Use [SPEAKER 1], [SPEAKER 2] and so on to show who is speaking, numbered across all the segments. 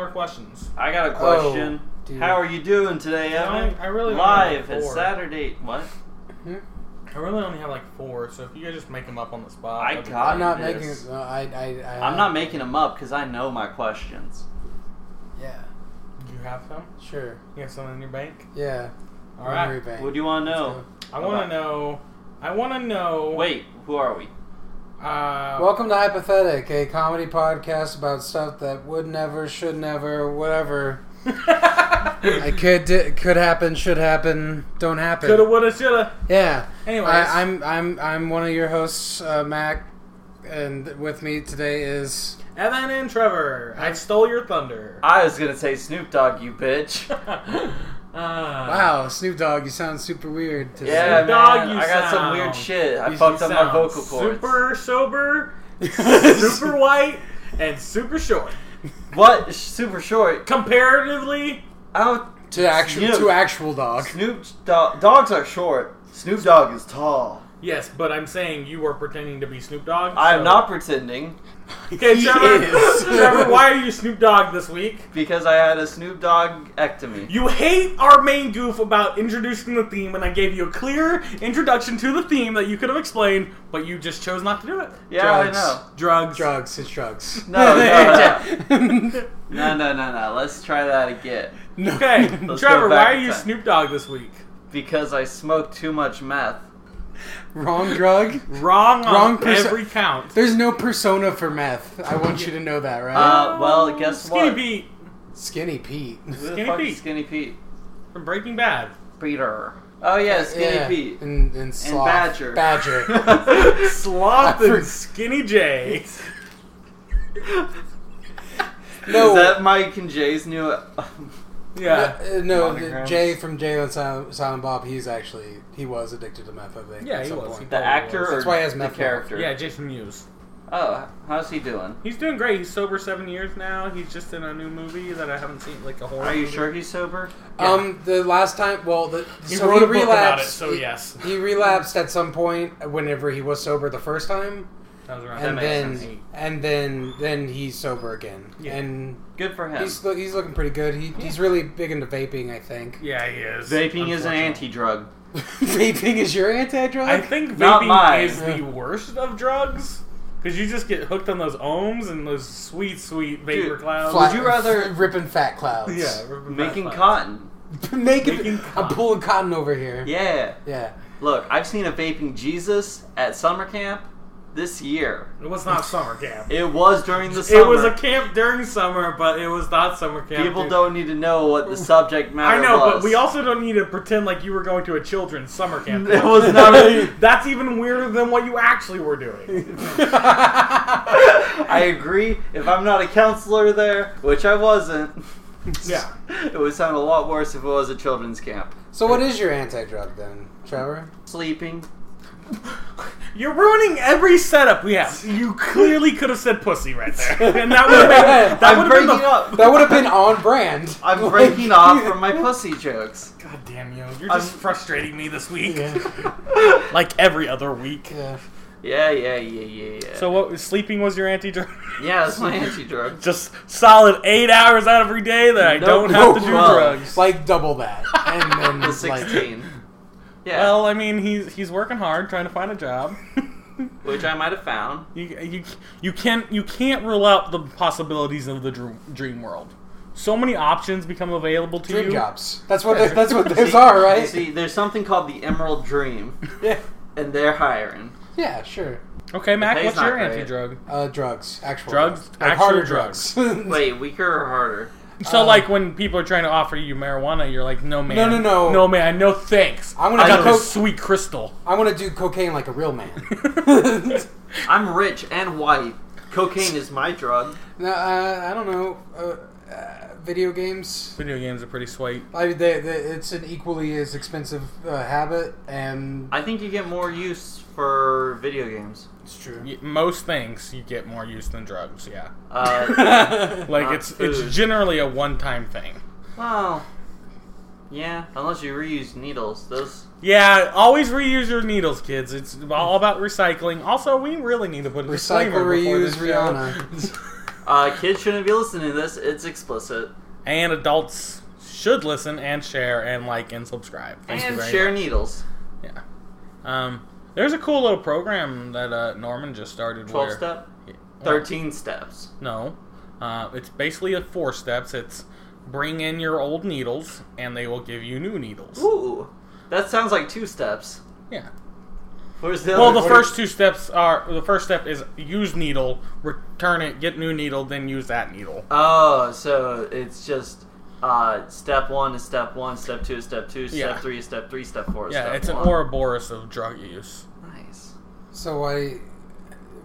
[SPEAKER 1] more questions.
[SPEAKER 2] I got a question.
[SPEAKER 3] dude.
[SPEAKER 2] How are you doing today,
[SPEAKER 1] I
[SPEAKER 2] Evan?
[SPEAKER 1] only- I really only have
[SPEAKER 2] live at
[SPEAKER 1] four.
[SPEAKER 2] Saturday. What?
[SPEAKER 1] I really only have like four, so if you guys just make them up on the spot,
[SPEAKER 2] I
[SPEAKER 1] that'd be
[SPEAKER 2] got
[SPEAKER 3] I'm not
[SPEAKER 2] it
[SPEAKER 3] making.
[SPEAKER 2] is.
[SPEAKER 3] No, I, I, I, uh,
[SPEAKER 2] I'm not making them up because I know my questions.
[SPEAKER 3] Yeah,
[SPEAKER 1] great. You have some?
[SPEAKER 3] sure.
[SPEAKER 1] You have some in your bank?
[SPEAKER 3] Yeah.
[SPEAKER 1] All right.
[SPEAKER 3] Memory bank.
[SPEAKER 2] What do you want to
[SPEAKER 3] Let's
[SPEAKER 2] know?
[SPEAKER 1] I want to know. I want to know.
[SPEAKER 2] Oh, Wait, who are we?
[SPEAKER 1] Uh,
[SPEAKER 3] go. Welcome to Hypothetic, a comedy podcast about stuff that would never, should never, whatever. I could di- could happen, should happen, don't happen.
[SPEAKER 1] Coulda, woulda, shoulda.
[SPEAKER 3] Yeah.
[SPEAKER 1] Anyways.
[SPEAKER 3] I, I'm I'm I'm one of your hosts, uh, Mac, and with me today is
[SPEAKER 1] Evan and Trevor, I stole your thunder.
[SPEAKER 2] I was gonna say Snoop Dogg, you bitch.
[SPEAKER 1] uh, wow.
[SPEAKER 3] Wow, Snoop Dogg. You sound super weird today.
[SPEAKER 2] Yeah,
[SPEAKER 1] Snoop Dogg,
[SPEAKER 2] man.
[SPEAKER 1] you
[SPEAKER 2] I got some
[SPEAKER 1] sound-
[SPEAKER 2] weird shit. I
[SPEAKER 3] you
[SPEAKER 2] fucked up my vocal cords.
[SPEAKER 1] Super sober, super white, and super short.
[SPEAKER 2] What? Super short.
[SPEAKER 1] Comparatively,
[SPEAKER 2] I don't.
[SPEAKER 3] to actual
[SPEAKER 2] Snoop.
[SPEAKER 3] to actual dog.
[SPEAKER 2] Snoop Dogg. Dogs are short. Snoop Dogg is tall.
[SPEAKER 1] yes, but I'm saying you were pretending to be Snoop Dogg.
[SPEAKER 2] I am
[SPEAKER 1] so-
[SPEAKER 2] not pretending
[SPEAKER 1] Okay,
[SPEAKER 3] He
[SPEAKER 1] Trevor,
[SPEAKER 3] is.
[SPEAKER 1] Trevor, why are you Snoop Dogg this week?
[SPEAKER 2] because I had a Snoop Dogg ectomy.
[SPEAKER 1] You hate our main goof about introducing the theme, and I gave you a clear introduction to the theme that you could have explained, but you just chose not to do it.
[SPEAKER 2] Yeah,
[SPEAKER 3] Drugs.
[SPEAKER 2] I know.
[SPEAKER 1] Drugs.
[SPEAKER 3] Drugs. It's drugs.
[SPEAKER 2] No, no,
[SPEAKER 3] no.
[SPEAKER 2] No, no, no, no. Let's try that again.
[SPEAKER 1] Okay,
[SPEAKER 2] Let's
[SPEAKER 1] Trevor,
[SPEAKER 2] go back
[SPEAKER 1] why are
[SPEAKER 2] in
[SPEAKER 1] you
[SPEAKER 2] time.
[SPEAKER 1] Snoop Dogg this week?
[SPEAKER 2] Because I smoked too much meth.
[SPEAKER 3] Wrong drug.
[SPEAKER 1] Wrong on
[SPEAKER 3] Wrong perso-
[SPEAKER 1] every count.
[SPEAKER 3] There's no persona for meth. I want you to know that, right?
[SPEAKER 2] Uh, well, guess
[SPEAKER 1] Skinny
[SPEAKER 2] what?
[SPEAKER 1] Pete
[SPEAKER 3] Skinny Pete.
[SPEAKER 2] Who the
[SPEAKER 1] Skinny
[SPEAKER 2] fuck is
[SPEAKER 1] Pete.
[SPEAKER 2] Skinny Pete.
[SPEAKER 1] from Breaking Bad.
[SPEAKER 2] Peter. Oh yeah, Skinny
[SPEAKER 3] yeah.
[SPEAKER 2] Pete.
[SPEAKER 3] and and, sloth.
[SPEAKER 2] Badger.
[SPEAKER 3] Badger.
[SPEAKER 1] Sloth
[SPEAKER 3] I for-
[SPEAKER 1] and Skinny J.
[SPEAKER 3] No.
[SPEAKER 2] Is that Mike and Jay's new? uh,
[SPEAKER 1] Yeah.
[SPEAKER 3] Uh, no, the-
[SPEAKER 2] Monograms.
[SPEAKER 3] Jay from Jay and Silent, Silent Bob. He's actually he was addicted to meth. I think.
[SPEAKER 1] Yeah,
[SPEAKER 3] at
[SPEAKER 1] he
[SPEAKER 3] some
[SPEAKER 1] was.
[SPEAKER 3] point.
[SPEAKER 2] the actor or
[SPEAKER 3] Oh, That's why he has
[SPEAKER 2] the
[SPEAKER 3] meth
[SPEAKER 2] character?
[SPEAKER 1] Yeah, Jason Mewes.
[SPEAKER 2] Oh, how's he doing?
[SPEAKER 1] He's doing great. He's sober seven years now. He's just in a new movie that I haven't seen, like a whole.
[SPEAKER 2] Are you sure he's sober?
[SPEAKER 3] Um, the last time, well, the,
[SPEAKER 1] He
[SPEAKER 3] so
[SPEAKER 1] wrote
[SPEAKER 3] he
[SPEAKER 1] a book
[SPEAKER 3] relapsed.
[SPEAKER 1] about it, so
[SPEAKER 3] he-
[SPEAKER 1] yes.
[SPEAKER 3] he, relapsed at some point whenever he was sober the first time,
[SPEAKER 1] That was around
[SPEAKER 3] and
[SPEAKER 2] makes
[SPEAKER 3] then
[SPEAKER 2] sense.
[SPEAKER 3] and then then he's sober again,
[SPEAKER 1] Yeah.
[SPEAKER 3] and
[SPEAKER 2] Good for him.
[SPEAKER 3] he's lo- he's looking pretty good. He, He's really big into vaping, I think.
[SPEAKER 1] Yeah, he is.
[SPEAKER 2] Vaping is an
[SPEAKER 1] Unfortunately.
[SPEAKER 2] anti-drug.
[SPEAKER 3] vaping is your anti-drug.
[SPEAKER 1] I think
[SPEAKER 2] Not
[SPEAKER 1] vaping
[SPEAKER 2] mine.
[SPEAKER 1] is the worst of drugs because you just get hooked on those ohms and those sweet, sweet vapor
[SPEAKER 2] Dude,
[SPEAKER 1] clouds.
[SPEAKER 3] Flat-
[SPEAKER 2] you rather-
[SPEAKER 3] ripping fat clouds?
[SPEAKER 1] yeah, ripping fat
[SPEAKER 2] Making
[SPEAKER 1] clouds.
[SPEAKER 2] cotton.
[SPEAKER 3] making,
[SPEAKER 1] Making
[SPEAKER 3] I'm
[SPEAKER 1] cotton.
[SPEAKER 3] pulling cotton over here.
[SPEAKER 2] Yeah.
[SPEAKER 3] yeah.
[SPEAKER 2] Look, I've seen a vaping Jesus at summer camp this year.
[SPEAKER 1] It was not summer camp.
[SPEAKER 2] It was during the summer.
[SPEAKER 1] It was a camp during summer, but it was not summer camp.
[SPEAKER 2] People
[SPEAKER 1] dude.
[SPEAKER 2] don't need to know what the subject
[SPEAKER 1] I
[SPEAKER 2] matter
[SPEAKER 1] know,
[SPEAKER 2] was.
[SPEAKER 1] but we also don't need to pretend like you were going to a children's summer camp.
[SPEAKER 2] It was not. a-
[SPEAKER 1] That's even weirder than what you actually were doing.
[SPEAKER 2] I agree. If I'm not a counselor there, which I wasn't,
[SPEAKER 1] yeah.
[SPEAKER 2] it would sound a lot worse if it was a children's camp.
[SPEAKER 3] So what is your anti-drug then, Trevor?
[SPEAKER 2] Sleeping.
[SPEAKER 1] You're ruining every setup we have. You clearly could have said pussy right there. And that would have been, that
[SPEAKER 2] I'm
[SPEAKER 1] would have been
[SPEAKER 2] breaking
[SPEAKER 1] the
[SPEAKER 2] up.
[SPEAKER 3] That would have been on brand.
[SPEAKER 2] I'm breaking off from my pussy jokes.
[SPEAKER 1] God damn you. You're just
[SPEAKER 2] I'm-
[SPEAKER 1] frustrating me this week.
[SPEAKER 3] Yeah.
[SPEAKER 1] Like every other week.
[SPEAKER 3] yeah.
[SPEAKER 2] Yeah, yeah, yeah, yeah, yeah.
[SPEAKER 1] So what sleeping was your anti drug?
[SPEAKER 2] yeah, that's my anti-drug.
[SPEAKER 1] Just solid eight hours out of every day that I
[SPEAKER 2] No,
[SPEAKER 1] don't
[SPEAKER 2] no
[SPEAKER 1] have to do
[SPEAKER 2] problem.
[SPEAKER 1] drugs.
[SPEAKER 3] Oh, Like double that, and then
[SPEAKER 2] The
[SPEAKER 3] like,
[SPEAKER 2] 16. Yeah,
[SPEAKER 1] Well, I mean, he's he's working hard trying to find a job.
[SPEAKER 2] which I might have found.
[SPEAKER 1] you, you you can't you can't rule out the possibilities of the dream, dream world. So many options become available to
[SPEAKER 3] dream
[SPEAKER 1] you.
[SPEAKER 3] jobs. That's what that's what those are,
[SPEAKER 2] You
[SPEAKER 3] right?
[SPEAKER 2] see, there's something called the Emerald Dream,
[SPEAKER 3] Yeah.
[SPEAKER 2] and they're hiring.
[SPEAKER 3] Yeah, sure.
[SPEAKER 1] Okay, Mac,
[SPEAKER 2] pay's
[SPEAKER 1] what's
[SPEAKER 2] not
[SPEAKER 1] your
[SPEAKER 2] great.
[SPEAKER 1] anti-drug?
[SPEAKER 3] Uh, drugs, actual
[SPEAKER 1] Drugs?
[SPEAKER 3] like
[SPEAKER 1] Actual
[SPEAKER 3] harder
[SPEAKER 1] drugs.
[SPEAKER 3] drugs.
[SPEAKER 2] Wait, weaker or harder?
[SPEAKER 1] So,
[SPEAKER 3] Um,
[SPEAKER 1] like, when people are trying to offer you marijuana, you're like, no, man.
[SPEAKER 3] No, no, no.
[SPEAKER 1] No, man, no thanks.
[SPEAKER 3] I'm
[SPEAKER 1] I
[SPEAKER 3] gonna
[SPEAKER 1] got
[SPEAKER 3] do
[SPEAKER 1] this
[SPEAKER 3] coke.
[SPEAKER 1] sweet crystal.
[SPEAKER 3] I want to do cocaine like a real man.
[SPEAKER 2] I'm rich and white. Cocaine is my drug.
[SPEAKER 3] no, uh, I don't know. Uh, uh, video games.
[SPEAKER 1] Video games are pretty sweet.
[SPEAKER 3] I mean, they, they, it's an equally as expensive uh, habit, and
[SPEAKER 2] I think you get more use for video games.
[SPEAKER 3] it's true.
[SPEAKER 1] Y- Most things you get more use than drugs, yeah.
[SPEAKER 2] Uh,
[SPEAKER 1] Like,
[SPEAKER 2] Not
[SPEAKER 1] it's
[SPEAKER 2] food.
[SPEAKER 1] it's generally a one time thing.
[SPEAKER 2] well, yeah, unless you reuse needles. Those
[SPEAKER 1] Yeah, always reuse your needles, kids. It's all about recycling. Also, we really need to put a
[SPEAKER 3] Recycle,
[SPEAKER 1] disclaimer before
[SPEAKER 3] reuse,
[SPEAKER 1] this show.
[SPEAKER 3] Rihanna.
[SPEAKER 2] Uh, kids shouldn't be listening to this. It's explicit.
[SPEAKER 1] and adults should listen and share and like and subscribe. Thank you
[SPEAKER 2] and
[SPEAKER 1] very
[SPEAKER 2] share
[SPEAKER 1] much.
[SPEAKER 2] needles.
[SPEAKER 1] Yeah. Um, there's a cool little program that uh, Norman just started.
[SPEAKER 2] 12
[SPEAKER 1] where-
[SPEAKER 2] step,
[SPEAKER 1] Yeah.
[SPEAKER 2] 13 steps.
[SPEAKER 1] No. Uh, it's basically a four steps. It's bring in your old needles and they will give you new needles.
[SPEAKER 2] Ooh, that sounds like two steps.
[SPEAKER 1] Yeah.
[SPEAKER 2] Where's the
[SPEAKER 1] Well,
[SPEAKER 2] other-
[SPEAKER 1] the first two steps are the first step is use needle, return it, get new needle, then use that needle.
[SPEAKER 2] Oh, so it's just uh, step one is step one, step two is step two, step
[SPEAKER 1] Yeah.
[SPEAKER 2] three is step three, step four is
[SPEAKER 1] Yeah,
[SPEAKER 2] step
[SPEAKER 1] it's an
[SPEAKER 2] one.
[SPEAKER 1] Ouroboros of drug use.
[SPEAKER 2] Nice.
[SPEAKER 3] So why,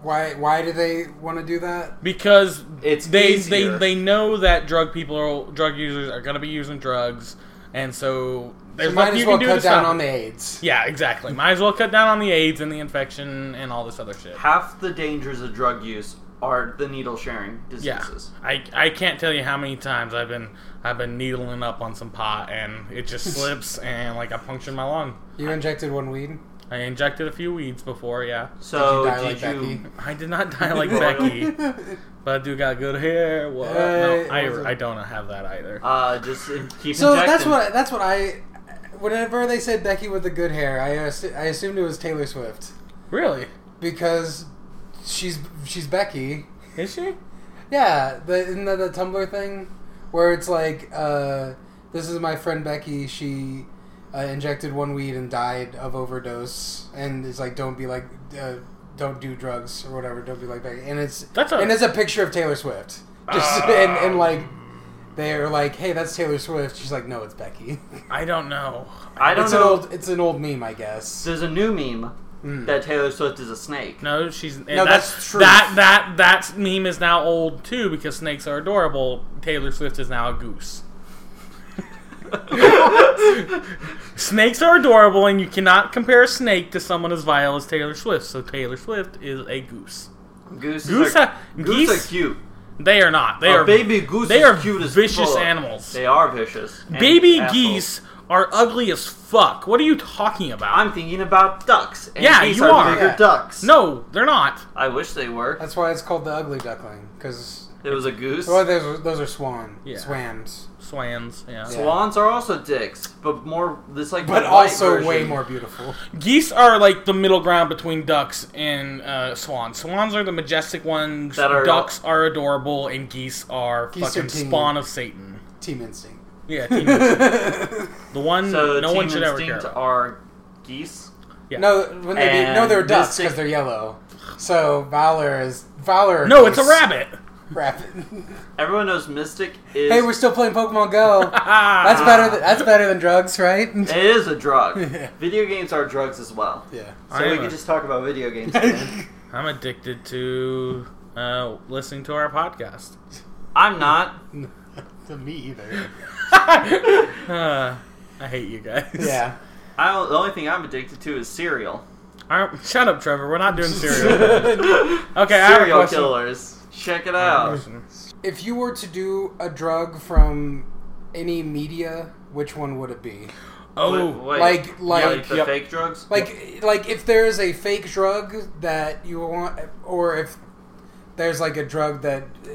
[SPEAKER 3] why, why do they want to do that?
[SPEAKER 1] because
[SPEAKER 2] It's
[SPEAKER 1] they
[SPEAKER 2] easier.
[SPEAKER 1] they they know that drug people are drug users are going to be using drugs, and so there's
[SPEAKER 3] They might
[SPEAKER 1] nothing
[SPEAKER 3] as
[SPEAKER 1] you
[SPEAKER 3] well
[SPEAKER 1] can do
[SPEAKER 3] cut
[SPEAKER 1] to
[SPEAKER 3] down
[SPEAKER 1] stop
[SPEAKER 3] on
[SPEAKER 1] it.
[SPEAKER 3] the AIDS.
[SPEAKER 1] Yeah, exactly. Might as well cut down on the AIDS and the infection and all this other shit.
[SPEAKER 2] Half the dangers of drug use are the needle sharing
[SPEAKER 1] Yeah,
[SPEAKER 2] diseases.
[SPEAKER 1] I, I can't tell you how many times I've been I've been needling up on some pot and it just slips and like I punctured my lung.
[SPEAKER 3] You injected one weed.
[SPEAKER 1] I injected a few weeds before, yeah.
[SPEAKER 2] So
[SPEAKER 3] Did you die
[SPEAKER 2] did
[SPEAKER 3] like
[SPEAKER 2] you?
[SPEAKER 3] Becky?
[SPEAKER 1] I did not die like
[SPEAKER 2] Well,
[SPEAKER 1] Becky, but I do got good hair. Well,
[SPEAKER 3] Hey,
[SPEAKER 1] no, I,
[SPEAKER 3] wasn't-
[SPEAKER 1] I don't have that either.
[SPEAKER 2] Uh, just uh, keep
[SPEAKER 3] So
[SPEAKER 2] injecting.
[SPEAKER 3] that's what that's what I. Whenever they said Becky with the good hair, I assu- I assumed it was Taylor Swift
[SPEAKER 1] Really?
[SPEAKER 3] because she's she's Becky.
[SPEAKER 1] Is she?
[SPEAKER 3] Yeah, the, isn't that the Tumblr thing where it's like, uh, this is my friend Becky. She uh, injected one weed and died of overdose, and it's like, don't be like, uh, don't do drugs or whatever. Don't be like Becky. And it's
[SPEAKER 1] That's a-
[SPEAKER 3] and it's a picture of Taylor Swift. Just
[SPEAKER 1] Ah.
[SPEAKER 3] and, and like they're like, hey, that's Taylor Swift. She's like, no, it's Becky.
[SPEAKER 1] I don't know.
[SPEAKER 2] I don't
[SPEAKER 3] it's
[SPEAKER 2] know.
[SPEAKER 3] an old it's an old meme, I guess.
[SPEAKER 2] There's a new meme
[SPEAKER 3] Mm.
[SPEAKER 2] that Taylor Swift is a snake.
[SPEAKER 1] Hmm. No, she's and
[SPEAKER 3] that's
[SPEAKER 1] that's,
[SPEAKER 3] true.
[SPEAKER 1] That that that meme is now old too because snakes are adorable. Taylor Swift is now a goose. snakes are adorable, and you cannot compare a snake to someone as vile as Taylor Swift. So Taylor Swift is a goose.
[SPEAKER 2] Goose,
[SPEAKER 1] Goose
[SPEAKER 2] are,
[SPEAKER 1] ha-
[SPEAKER 2] goose
[SPEAKER 1] geese-
[SPEAKER 2] are cute.
[SPEAKER 1] They are not. They
[SPEAKER 2] A
[SPEAKER 1] are
[SPEAKER 2] baby goose
[SPEAKER 1] They
[SPEAKER 2] is
[SPEAKER 1] are
[SPEAKER 2] cute as
[SPEAKER 1] vicious
[SPEAKER 2] fuck.
[SPEAKER 1] animals.
[SPEAKER 2] They are vicious. and
[SPEAKER 1] baby
[SPEAKER 2] assholes.
[SPEAKER 1] geese are ugly as fuck. What are you talking about?
[SPEAKER 2] I'm thinking about ducks. And
[SPEAKER 1] Yeah,
[SPEAKER 2] geese
[SPEAKER 1] you
[SPEAKER 2] are.
[SPEAKER 1] are.
[SPEAKER 2] Bigger
[SPEAKER 3] Yeah.
[SPEAKER 2] ducks.
[SPEAKER 1] no, they're not.
[SPEAKER 2] I wish they were.
[SPEAKER 3] That's why it's called the ugly duckling because
[SPEAKER 2] It was a goose.
[SPEAKER 3] well, those are, those are swan
[SPEAKER 1] Yeah.
[SPEAKER 3] swans,
[SPEAKER 1] Swans. Yeah.
[SPEAKER 3] Yeah.
[SPEAKER 2] Swans are also dicks, but more. This like, the
[SPEAKER 3] but
[SPEAKER 2] white
[SPEAKER 3] also way
[SPEAKER 2] version.
[SPEAKER 3] more beautiful.
[SPEAKER 1] Geese are like the middle ground between ducks and uh, swans. Swans are the majestic ones.
[SPEAKER 2] That are-
[SPEAKER 1] ducks are adorable, and geese are
[SPEAKER 3] Geese are
[SPEAKER 1] fucking
[SPEAKER 3] teeny.
[SPEAKER 1] spawn of Satan.
[SPEAKER 3] Team instinct.
[SPEAKER 1] Yeah, teeny. the one
[SPEAKER 2] So
[SPEAKER 1] no
[SPEAKER 2] team
[SPEAKER 1] one should ever care.
[SPEAKER 2] instinct
[SPEAKER 1] About.
[SPEAKER 2] are geese.
[SPEAKER 1] Yeah.
[SPEAKER 3] No, when they be, no, they're
[SPEAKER 2] And
[SPEAKER 3] ducks
[SPEAKER 2] this-
[SPEAKER 3] because they're yellow. So Valor is Valor.
[SPEAKER 1] No, it's a
[SPEAKER 3] is
[SPEAKER 1] rabbit.
[SPEAKER 3] Rabbit.
[SPEAKER 2] Everyone knows Mystic is.
[SPEAKER 3] hey, we're still playing Pokemon Go. That's
[SPEAKER 1] Ah,
[SPEAKER 3] better. Than, that's better than drugs, right?
[SPEAKER 2] it is a drug.
[SPEAKER 3] Yeah.
[SPEAKER 2] Video games are drugs as well.
[SPEAKER 3] yeah.
[SPEAKER 2] So
[SPEAKER 1] I
[SPEAKER 2] we
[SPEAKER 1] am
[SPEAKER 2] could
[SPEAKER 1] a-
[SPEAKER 2] just talk about video games. again.
[SPEAKER 1] I'm addicted to uh, listening to our podcast.
[SPEAKER 2] I'm not.
[SPEAKER 3] to me either.
[SPEAKER 1] uh, I hate you guys.
[SPEAKER 3] Yeah.
[SPEAKER 2] I don't, the only thing I'm addicted to is cereal.
[SPEAKER 1] All right, shut up, Trevor. We're not doing cereal. Okay, I have a
[SPEAKER 2] Serial
[SPEAKER 1] question.
[SPEAKER 2] killers. Check it out.
[SPEAKER 3] if you were to do a drug from any media, which one would it be?
[SPEAKER 1] Oh,
[SPEAKER 2] Wait, wait.
[SPEAKER 3] Like- like-
[SPEAKER 2] the
[SPEAKER 1] Yep.
[SPEAKER 2] fake drugs.
[SPEAKER 3] Like, like if there is a fake drug that you want, or if there's like a drug that uh,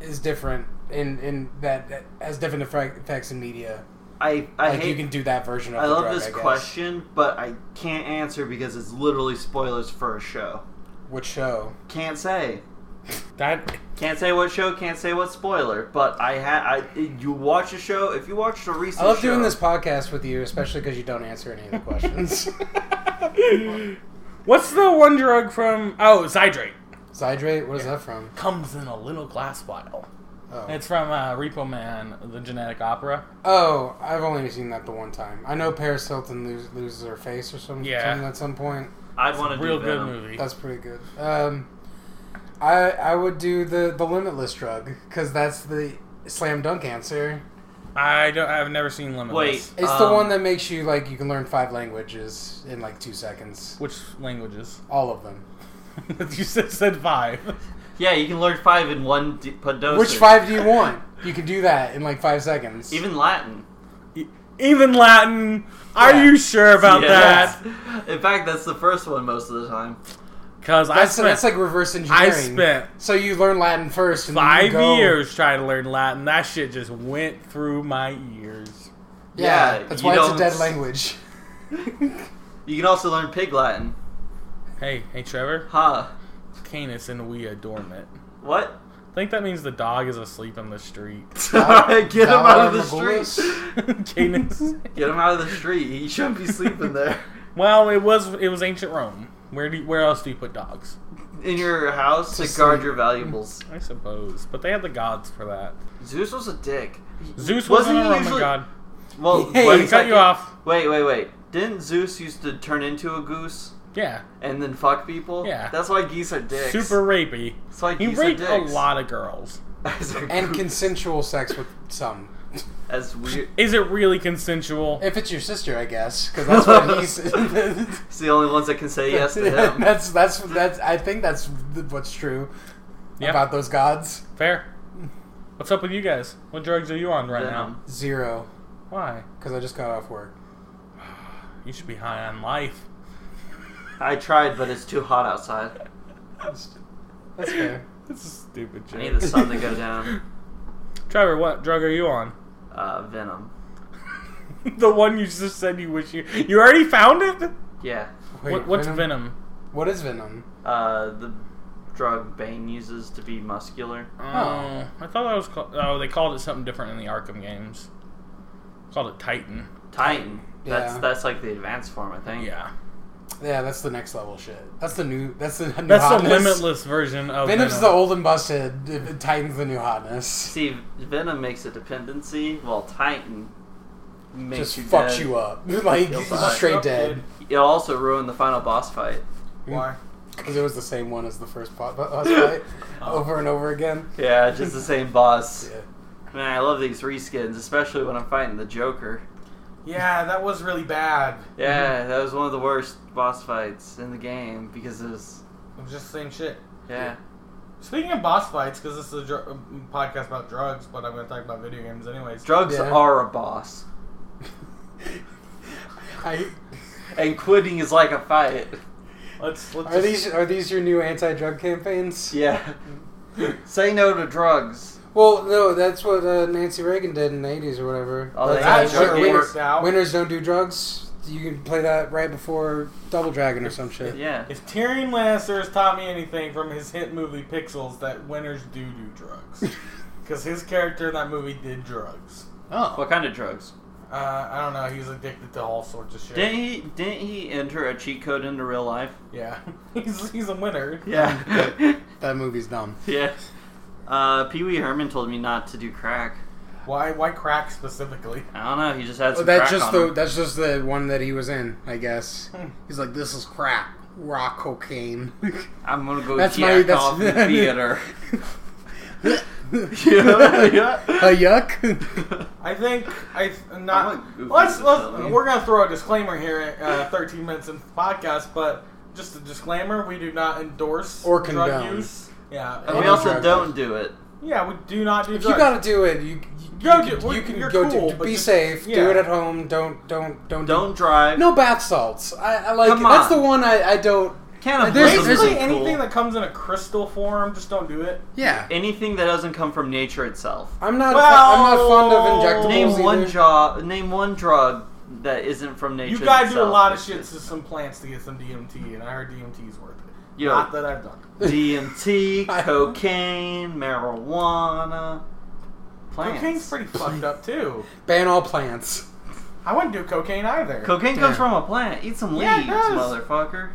[SPEAKER 3] is different in in that that has different effect- effects in media.
[SPEAKER 2] I I
[SPEAKER 3] like
[SPEAKER 2] hate.
[SPEAKER 3] you can do that version of
[SPEAKER 2] I
[SPEAKER 3] the
[SPEAKER 2] love
[SPEAKER 3] drug,
[SPEAKER 2] this
[SPEAKER 3] guess.
[SPEAKER 2] question, but I can't answer because it's literally spoilers for a show.
[SPEAKER 3] Which show?
[SPEAKER 2] Can't say.
[SPEAKER 1] that
[SPEAKER 2] Can't say what show. Can't say what spoiler. But I had. I you watch a show. If you watched a recent,
[SPEAKER 3] I love
[SPEAKER 2] show-
[SPEAKER 3] doing this podcast with you, especially because you don't answer any of the questions.
[SPEAKER 1] What's the one drug from? Oh, Zydrate
[SPEAKER 3] Zydrate, what is that from?
[SPEAKER 1] comes in a little glass bottle.
[SPEAKER 3] Oh.
[SPEAKER 1] It's from uh, Repo Man, the genetic opera.
[SPEAKER 3] oh, I've only seen that the one time. I know Paris Hilton lose, loses her face or some,
[SPEAKER 1] Yeah.
[SPEAKER 3] something at some point.
[SPEAKER 2] I'd want to do
[SPEAKER 1] Real good
[SPEAKER 2] Venom.
[SPEAKER 1] movie.
[SPEAKER 3] That's pretty good. Um, I I would do the the limitless drug because that's the slam dunk answer.
[SPEAKER 1] I don't. I've never seen Limitless.
[SPEAKER 2] Wait.
[SPEAKER 3] It's the
[SPEAKER 2] Um,
[SPEAKER 3] one that makes you like you can learn five languages in like two seconds,
[SPEAKER 1] Which languages?
[SPEAKER 3] all of them.
[SPEAKER 1] you said, said five.
[SPEAKER 2] Yeah, you can learn five in one d- put dosage.
[SPEAKER 3] Which five do you want? You can do that in like five seconds.
[SPEAKER 2] Even Latin.
[SPEAKER 1] E- Even Latin. Are
[SPEAKER 3] Yeah.
[SPEAKER 1] you sure about
[SPEAKER 2] Yeah.
[SPEAKER 1] that?
[SPEAKER 2] In fact, that's the first one most of the time.
[SPEAKER 4] because I
[SPEAKER 3] That's,
[SPEAKER 4] spent
[SPEAKER 3] that's like reverse
[SPEAKER 4] I
[SPEAKER 3] engineering.
[SPEAKER 4] spent
[SPEAKER 3] So you learn Latin first, and then you
[SPEAKER 4] five
[SPEAKER 3] go-
[SPEAKER 4] years trying to learn Latin. That shit just went through my ears.
[SPEAKER 3] Yeah,
[SPEAKER 2] Yeah,
[SPEAKER 3] that's
[SPEAKER 2] you
[SPEAKER 3] why it's a
[SPEAKER 2] don't-
[SPEAKER 3] dead language.
[SPEAKER 2] You can also learn Pig Latin.
[SPEAKER 4] Hey, hey, Trevor,
[SPEAKER 2] Huh.
[SPEAKER 4] Canis and we dormant.
[SPEAKER 2] What?
[SPEAKER 4] I think that means the dog is asleep in the street.
[SPEAKER 2] Alright, get him
[SPEAKER 3] Thou
[SPEAKER 2] out of the
[SPEAKER 3] art
[SPEAKER 2] street.
[SPEAKER 3] Regulus.
[SPEAKER 4] Canis.
[SPEAKER 2] Get him out of the street. He shouldn't be sleeping there.
[SPEAKER 4] Well, it was it was ancient Rome. Where do you, where else do you put dogs?
[SPEAKER 2] In your house to
[SPEAKER 3] To
[SPEAKER 2] guard
[SPEAKER 3] sleep.
[SPEAKER 2] your valuables.
[SPEAKER 4] I suppose, but they had the gods for that.
[SPEAKER 2] Zeus was a dick.
[SPEAKER 4] Zeus wasn't,
[SPEAKER 2] Wasn't he
[SPEAKER 4] a Roman
[SPEAKER 2] usually-
[SPEAKER 4] god.
[SPEAKER 2] Well, wait,
[SPEAKER 3] Hey,
[SPEAKER 4] Let me cut you off.
[SPEAKER 2] Wait, wait, wait. Didn't Zeus used to turn into a goose
[SPEAKER 4] Yeah,
[SPEAKER 2] and then fuck people?
[SPEAKER 4] Yeah.
[SPEAKER 2] That's why geese are dicks.
[SPEAKER 4] super rapey.
[SPEAKER 2] That's why
[SPEAKER 4] He
[SPEAKER 2] geese
[SPEAKER 4] raped
[SPEAKER 2] are
[SPEAKER 4] a
[SPEAKER 2] dicks.
[SPEAKER 4] lot of girls.
[SPEAKER 2] as, a
[SPEAKER 3] and
[SPEAKER 2] group.
[SPEAKER 3] consensual sex with some.
[SPEAKER 2] as weird.
[SPEAKER 4] Is it really consensual?
[SPEAKER 3] If it's your sister, I guess, because that's what he's.
[SPEAKER 2] It's the only ones that can say yes to him.
[SPEAKER 3] that's that's that's. I think that's th- what's true
[SPEAKER 4] Yeah.
[SPEAKER 3] about those gods.
[SPEAKER 4] Fair. What's up with you guys? What drugs are you on right now?
[SPEAKER 2] Damn.
[SPEAKER 3] Zero,
[SPEAKER 4] Why?
[SPEAKER 3] because I just got off work.
[SPEAKER 4] You should be high on life.
[SPEAKER 2] I tried, but it's too hot outside.
[SPEAKER 3] That's, that's fair.
[SPEAKER 4] That's a stupid joke.
[SPEAKER 2] I need the sun to go down.
[SPEAKER 4] Trevor, what drug are you on?
[SPEAKER 2] Uh, Venom.
[SPEAKER 4] the one you just said you wish you you already found it.
[SPEAKER 2] Yeah.
[SPEAKER 3] Wait,
[SPEAKER 4] what, what's venom?
[SPEAKER 3] What is venom?
[SPEAKER 2] Uh, the drug Bane uses to be muscular.
[SPEAKER 4] Oh, I thought that was called. Oh, they called it something different in the Arkham games. Called it Titan.
[SPEAKER 2] Titan. That's
[SPEAKER 3] Yeah.
[SPEAKER 2] that's like the advanced form, I think.
[SPEAKER 4] Yeah,
[SPEAKER 3] Yeah, that's the next level shit. That's the new. That's the new
[SPEAKER 4] that's the
[SPEAKER 3] hotness.
[SPEAKER 4] limitless version of
[SPEAKER 3] Venom's
[SPEAKER 4] Venom.
[SPEAKER 3] the old and busted. It, it Titan's the new hotness.
[SPEAKER 2] See, Venom makes a dependency, while Titan makes
[SPEAKER 3] Just
[SPEAKER 2] you
[SPEAKER 3] fucks
[SPEAKER 2] dead.
[SPEAKER 3] you up, like
[SPEAKER 2] You'll
[SPEAKER 3] just
[SPEAKER 2] die.
[SPEAKER 3] straight dead.
[SPEAKER 2] It also ruined the final boss fight.
[SPEAKER 3] Why? Because it was the same one as the first pot boss fight,
[SPEAKER 2] Oh.
[SPEAKER 3] over and over again.
[SPEAKER 2] Yeah, just the same boss.
[SPEAKER 3] Yeah.
[SPEAKER 2] Man, I love these reskins, especially when I'm fighting the Joker.
[SPEAKER 1] Yeah, that was really bad.
[SPEAKER 2] Yeah, that was one of the worst boss fights in the game because it was.
[SPEAKER 1] It was just the same shit.
[SPEAKER 2] Yeah.
[SPEAKER 1] Speaking of boss fights, because this is a dr- um, podcast about drugs, but I'm going to talk about video games anyways.
[SPEAKER 2] Drugs
[SPEAKER 3] Yeah.
[SPEAKER 2] are a boss.
[SPEAKER 3] I,
[SPEAKER 2] And quitting is like a fight.
[SPEAKER 1] Let's let's
[SPEAKER 3] are these are these your new anti-drug campaigns?
[SPEAKER 2] Yeah. Say no to drugs.
[SPEAKER 3] Well, no, that's what uh, Nancy Reagan did in the '80s or whatever.
[SPEAKER 2] Oh, they
[SPEAKER 3] That's-
[SPEAKER 2] had drug
[SPEAKER 3] win-
[SPEAKER 2] games.
[SPEAKER 1] worked out.
[SPEAKER 3] Winners don't do drugs. You can play that right before Double Dragon or some shit.
[SPEAKER 2] Yeah.
[SPEAKER 1] If Tyrion Lannister has taught me anything from his hit movie Pixels, that winners do do drugs, because his character in that movie did drugs.
[SPEAKER 3] Oh,
[SPEAKER 2] What kind of drugs?
[SPEAKER 1] Uh, I don't know. He was addicted to all sorts of shit.
[SPEAKER 2] Didn't he didn't he enter a cheat code into real life?
[SPEAKER 1] Yeah, he's, he's a winner.
[SPEAKER 2] Yeah.
[SPEAKER 3] that movie's dumb.
[SPEAKER 2] yeah. Uh, Pee Wee Herman told me not to do crack.
[SPEAKER 1] Why why crack specifically?
[SPEAKER 2] I don't know. He just had
[SPEAKER 3] Well,
[SPEAKER 2] some
[SPEAKER 3] Oh, that's
[SPEAKER 2] crack
[SPEAKER 3] just
[SPEAKER 2] on
[SPEAKER 3] the
[SPEAKER 2] him.
[SPEAKER 3] that's just the one that he was in, I guess.
[SPEAKER 1] Hmm.
[SPEAKER 3] He's like, this is crap, raw cocaine.
[SPEAKER 2] I'm gonna go
[SPEAKER 3] That's
[SPEAKER 2] jack
[SPEAKER 3] my- that's-
[SPEAKER 2] off in the theater.
[SPEAKER 3] yeah,
[SPEAKER 2] yeah.
[SPEAKER 3] A yuck.
[SPEAKER 1] I think I th-
[SPEAKER 2] I'm
[SPEAKER 1] not.
[SPEAKER 2] a goofy
[SPEAKER 1] Let's let's
[SPEAKER 2] facility.
[SPEAKER 1] we're gonna throw a disclaimer here at uh, 13 minutes in podcast, but just a disclaimer: we do not endorse
[SPEAKER 3] Or
[SPEAKER 1] drug
[SPEAKER 3] condone.
[SPEAKER 1] use. Yeah,
[SPEAKER 2] And we
[SPEAKER 3] Any
[SPEAKER 2] also
[SPEAKER 3] drug
[SPEAKER 2] don't do it.
[SPEAKER 1] yeah, we do not do
[SPEAKER 3] If you
[SPEAKER 1] drugs.
[SPEAKER 3] gotta do it, you you,
[SPEAKER 1] Go
[SPEAKER 3] you,
[SPEAKER 1] do-
[SPEAKER 3] can- you can
[SPEAKER 1] you're
[SPEAKER 3] go
[SPEAKER 1] cool,
[SPEAKER 3] do.
[SPEAKER 1] but
[SPEAKER 3] Be
[SPEAKER 1] just-
[SPEAKER 3] safe.
[SPEAKER 1] yeah.
[SPEAKER 3] Do it at home. Don't don't don't do-
[SPEAKER 2] Don't drive.
[SPEAKER 3] No bath salts. I, I like
[SPEAKER 2] Come
[SPEAKER 3] that's
[SPEAKER 2] on.
[SPEAKER 3] the one I, I don't.
[SPEAKER 2] Cannibalism
[SPEAKER 3] There's-
[SPEAKER 2] isn't
[SPEAKER 3] there's-
[SPEAKER 1] Basically,
[SPEAKER 2] cool.
[SPEAKER 1] anything that comes in a crystal form, just don't do it.
[SPEAKER 3] Yeah,
[SPEAKER 2] anything that doesn't come from nature itself.
[SPEAKER 3] I'm not.
[SPEAKER 1] Well,
[SPEAKER 3] I'm not fond of injectables
[SPEAKER 2] Name
[SPEAKER 3] either.
[SPEAKER 2] one job. Name one drug that isn't from nature.
[SPEAKER 1] You gotta do a
[SPEAKER 2] itself.
[SPEAKER 1] lot of
[SPEAKER 2] It's
[SPEAKER 1] shit to
[SPEAKER 2] just
[SPEAKER 1] some plants to get some DMT, and I heard DMT's worth it.
[SPEAKER 2] Yo.
[SPEAKER 1] Not that I've done. it.
[SPEAKER 2] DMT,
[SPEAKER 3] I-
[SPEAKER 2] cocaine, marijuana, plants.
[SPEAKER 1] Cocaine's pretty fucked up too.
[SPEAKER 3] Ban all plants.
[SPEAKER 1] I wouldn't do cocaine either.
[SPEAKER 2] Cocaine comes
[SPEAKER 3] Yeah.
[SPEAKER 2] from a plant. Eat some leaves,
[SPEAKER 1] Yeah, it does.
[SPEAKER 2] motherfucker.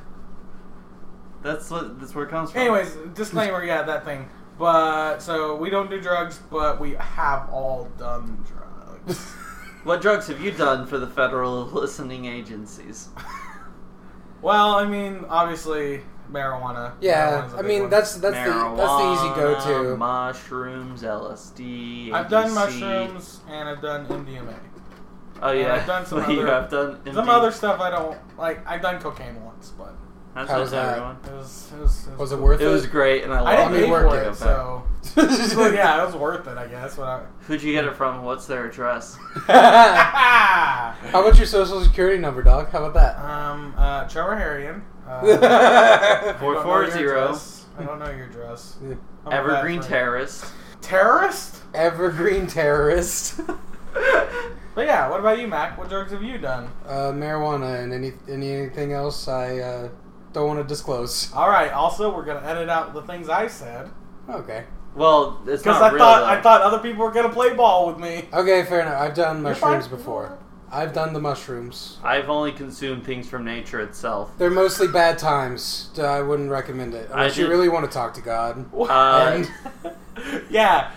[SPEAKER 2] That's what. That's where it comes from.
[SPEAKER 1] Anyways, disclaimer, yeah, that thing. But so we don't do drugs, but we have all done drugs.
[SPEAKER 2] what drugs have you done for the federal listening agencies?
[SPEAKER 1] well, I mean, obviously marijuana.
[SPEAKER 3] Yeah,
[SPEAKER 1] Marijuana's a
[SPEAKER 3] I
[SPEAKER 1] big
[SPEAKER 3] mean
[SPEAKER 1] one.
[SPEAKER 3] that's that's the that's the easy
[SPEAKER 2] Marijuana,
[SPEAKER 3] go
[SPEAKER 2] Mushrooms, LSD.
[SPEAKER 1] I've done
[SPEAKER 2] ADC.
[SPEAKER 1] mushrooms and I've done MDMA.
[SPEAKER 2] Oh yeah,
[SPEAKER 1] I've done some
[SPEAKER 2] you
[SPEAKER 1] other-
[SPEAKER 2] have done
[SPEAKER 1] Some
[SPEAKER 2] MD.
[SPEAKER 1] other stuff I don't like. I've done cocaine once, but
[SPEAKER 2] That's
[SPEAKER 3] How
[SPEAKER 2] what
[SPEAKER 3] was that?
[SPEAKER 2] everyone.
[SPEAKER 1] it was it was it was,
[SPEAKER 3] Was it
[SPEAKER 1] cool.
[SPEAKER 3] worth
[SPEAKER 2] It was great, and I
[SPEAKER 1] I didn't
[SPEAKER 2] love
[SPEAKER 3] mean,
[SPEAKER 1] pay
[SPEAKER 2] it.
[SPEAKER 3] work
[SPEAKER 1] for
[SPEAKER 3] it,
[SPEAKER 1] it, so But
[SPEAKER 3] to.
[SPEAKER 1] yeah, it was worth it, I guess. What I...
[SPEAKER 2] Who'd you get it from? What's their address?
[SPEAKER 3] How
[SPEAKER 1] Ah!
[SPEAKER 3] about your social security number, dog? How about that?
[SPEAKER 1] Um, uh, Trevor Harrion, Uh, I don't know
[SPEAKER 2] 440.
[SPEAKER 1] your dress. I don't know your dress. I'm a bad
[SPEAKER 2] Evergreen
[SPEAKER 1] friend.
[SPEAKER 2] terrorist.
[SPEAKER 1] Terrorist?
[SPEAKER 3] Evergreen terrorist.
[SPEAKER 1] But yeah, what about you, Mac? What drugs have you done?
[SPEAKER 3] Uh, marijuana and any, any anything else I uh, don't want to disclose.
[SPEAKER 1] All right. Also, we're gonna edit out the things I said
[SPEAKER 3] Okay.
[SPEAKER 2] well, it's
[SPEAKER 1] because
[SPEAKER 2] not
[SPEAKER 1] I
[SPEAKER 2] real.
[SPEAKER 1] thought
[SPEAKER 2] though.
[SPEAKER 1] I thought other people were gonna play ball with me.
[SPEAKER 3] Okay, fair enough. I've done
[SPEAKER 1] You're fine.
[SPEAKER 3] mushrooms before. I've done the mushrooms.
[SPEAKER 2] I've only consumed things from nature itself.
[SPEAKER 3] They're mostly bad times. so I wouldn't recommend it. Unless you
[SPEAKER 2] did-
[SPEAKER 3] really want to talk to God.
[SPEAKER 2] Uh,
[SPEAKER 3] And-
[SPEAKER 1] yeah.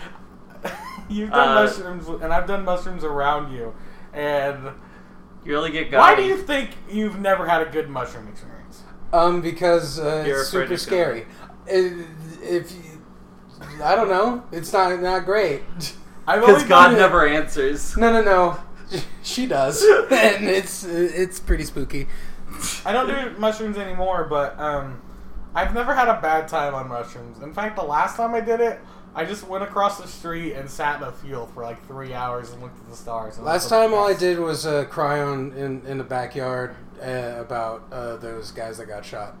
[SPEAKER 1] You've done
[SPEAKER 2] Uh,
[SPEAKER 1] mushrooms, and I've done mushrooms around you. And
[SPEAKER 2] you only get
[SPEAKER 1] why
[SPEAKER 2] got.
[SPEAKER 1] do you think you've never had a good mushroom experience?
[SPEAKER 3] Um, because uh,
[SPEAKER 2] You're
[SPEAKER 3] it's
[SPEAKER 2] afraid
[SPEAKER 3] super
[SPEAKER 2] it's gonna-
[SPEAKER 3] scary. It, if you, I don't know, it's not not great.
[SPEAKER 1] I've
[SPEAKER 2] Because
[SPEAKER 1] only
[SPEAKER 2] God
[SPEAKER 1] done it-
[SPEAKER 2] never answers.
[SPEAKER 3] No, no, no. She does, and it's it's pretty spooky.
[SPEAKER 1] I don't do mushrooms anymore, but um, I've never had a bad time on mushrooms. In fact, the last time I did it, I just went across the street and sat in a field for like three hours and looked at the stars. and
[SPEAKER 3] Last
[SPEAKER 1] looked at
[SPEAKER 3] time, all I
[SPEAKER 1] the
[SPEAKER 3] did was uh, cry on in in the backyard uh, about uh, those guys that got shot.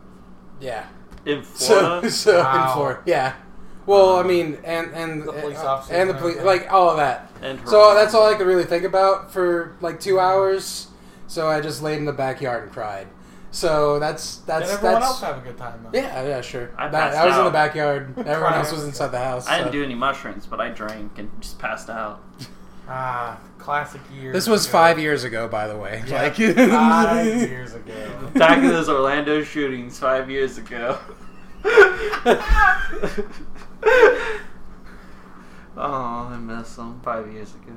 [SPEAKER 3] Yeah.
[SPEAKER 2] In
[SPEAKER 3] So
[SPEAKER 2] Florida,
[SPEAKER 3] so
[SPEAKER 1] Wow.
[SPEAKER 3] in Florida, yeah. Well, I mean, and and
[SPEAKER 1] The police
[SPEAKER 3] and,
[SPEAKER 1] officers
[SPEAKER 3] and the
[SPEAKER 1] and
[SPEAKER 3] police,
[SPEAKER 1] everything.
[SPEAKER 3] like all of that.
[SPEAKER 2] and her-
[SPEAKER 3] So uh, that's all I could really think about for like two hours. So I just laid in the backyard and cried. So that's that's
[SPEAKER 1] Did everyone
[SPEAKER 3] that's
[SPEAKER 1] else have a good time? Though?
[SPEAKER 3] yeah yeah sure.
[SPEAKER 2] I
[SPEAKER 3] that,
[SPEAKER 2] passed
[SPEAKER 3] I was in
[SPEAKER 2] out.
[SPEAKER 3] the backyard. Everyone else was
[SPEAKER 1] Crying.
[SPEAKER 3] inside the house.
[SPEAKER 2] I didn't
[SPEAKER 3] so.
[SPEAKER 2] do any mushrooms, but I drank and just passed out.
[SPEAKER 1] Ah, classic years.
[SPEAKER 3] This was
[SPEAKER 1] ago.
[SPEAKER 3] five years ago, by the way.
[SPEAKER 1] Yeah,
[SPEAKER 3] Like
[SPEAKER 1] five years ago.
[SPEAKER 2] Back in those Orlando shootings five years ago. oh, I miss them. Five years ago.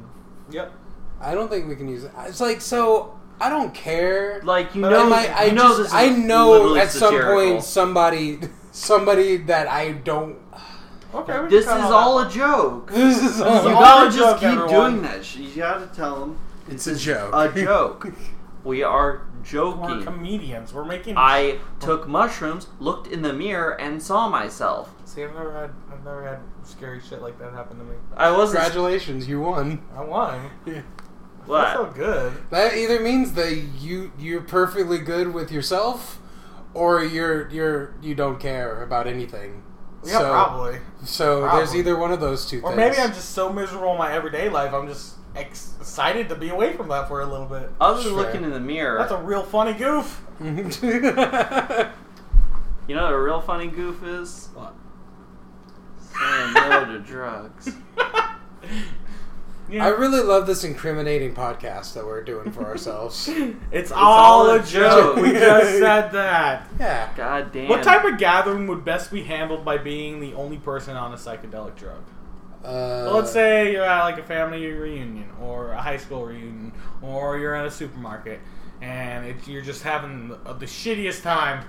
[SPEAKER 1] Yep.
[SPEAKER 3] I don't think we can use it. It's like so. I don't care.
[SPEAKER 2] Like you
[SPEAKER 1] But
[SPEAKER 2] know,
[SPEAKER 3] And, like, I
[SPEAKER 2] you know
[SPEAKER 3] just-
[SPEAKER 2] this. Is
[SPEAKER 3] I know
[SPEAKER 2] literally
[SPEAKER 3] at some
[SPEAKER 2] satirical.
[SPEAKER 3] point somebody, somebody that I don't.
[SPEAKER 1] Okay. We
[SPEAKER 2] This is
[SPEAKER 1] can cut
[SPEAKER 2] all
[SPEAKER 1] that.
[SPEAKER 2] a joke. You
[SPEAKER 3] This is all.
[SPEAKER 1] all
[SPEAKER 2] gotta
[SPEAKER 1] a
[SPEAKER 2] just
[SPEAKER 1] joke,
[SPEAKER 2] keep
[SPEAKER 1] everyone.
[SPEAKER 2] doing that. shit. You gotta tell them
[SPEAKER 3] It's a joke.
[SPEAKER 2] a joke. we are
[SPEAKER 1] We're
[SPEAKER 2] joking.
[SPEAKER 1] comedians. We're making.
[SPEAKER 2] I took mushrooms, looked in the mirror, and saw myself.
[SPEAKER 1] see. I've never had. I've never had scary shit like that happen to me.
[SPEAKER 2] I wasn't.
[SPEAKER 3] Congratulations, you won.
[SPEAKER 1] I won. I feel
[SPEAKER 2] what?
[SPEAKER 1] good.
[SPEAKER 3] That either means that you you're perfectly good with yourself, or you're you're you don't care about anything.
[SPEAKER 1] Yeah,
[SPEAKER 3] so,
[SPEAKER 1] probably.
[SPEAKER 3] So there's
[SPEAKER 1] Probably.
[SPEAKER 3] either one of those two
[SPEAKER 1] Or
[SPEAKER 3] things.
[SPEAKER 1] maybe I'm just so miserable in my everyday life, I'm just ex- excited to be away from that for a little bit.
[SPEAKER 2] Other than
[SPEAKER 3] Sure.
[SPEAKER 2] looking in the mirror,
[SPEAKER 1] That's a real funny goof.
[SPEAKER 2] you know what a real funny goof is? Saying no to drugs.
[SPEAKER 1] You
[SPEAKER 3] I
[SPEAKER 1] know,
[SPEAKER 3] really love this incriminating podcast that we're doing for ourselves.
[SPEAKER 1] it's, all,
[SPEAKER 2] all
[SPEAKER 1] a
[SPEAKER 2] a
[SPEAKER 1] joke.
[SPEAKER 2] joke.
[SPEAKER 1] we just said that.
[SPEAKER 3] yeah.
[SPEAKER 2] God damn.
[SPEAKER 1] What type of gathering would best be handled by being the only person on a psychedelic drug?
[SPEAKER 3] Uh,
[SPEAKER 1] Well, let's say you're at like a family reunion or a high school reunion or you're at a supermarket and it, you're just having the, uh, the shittiest time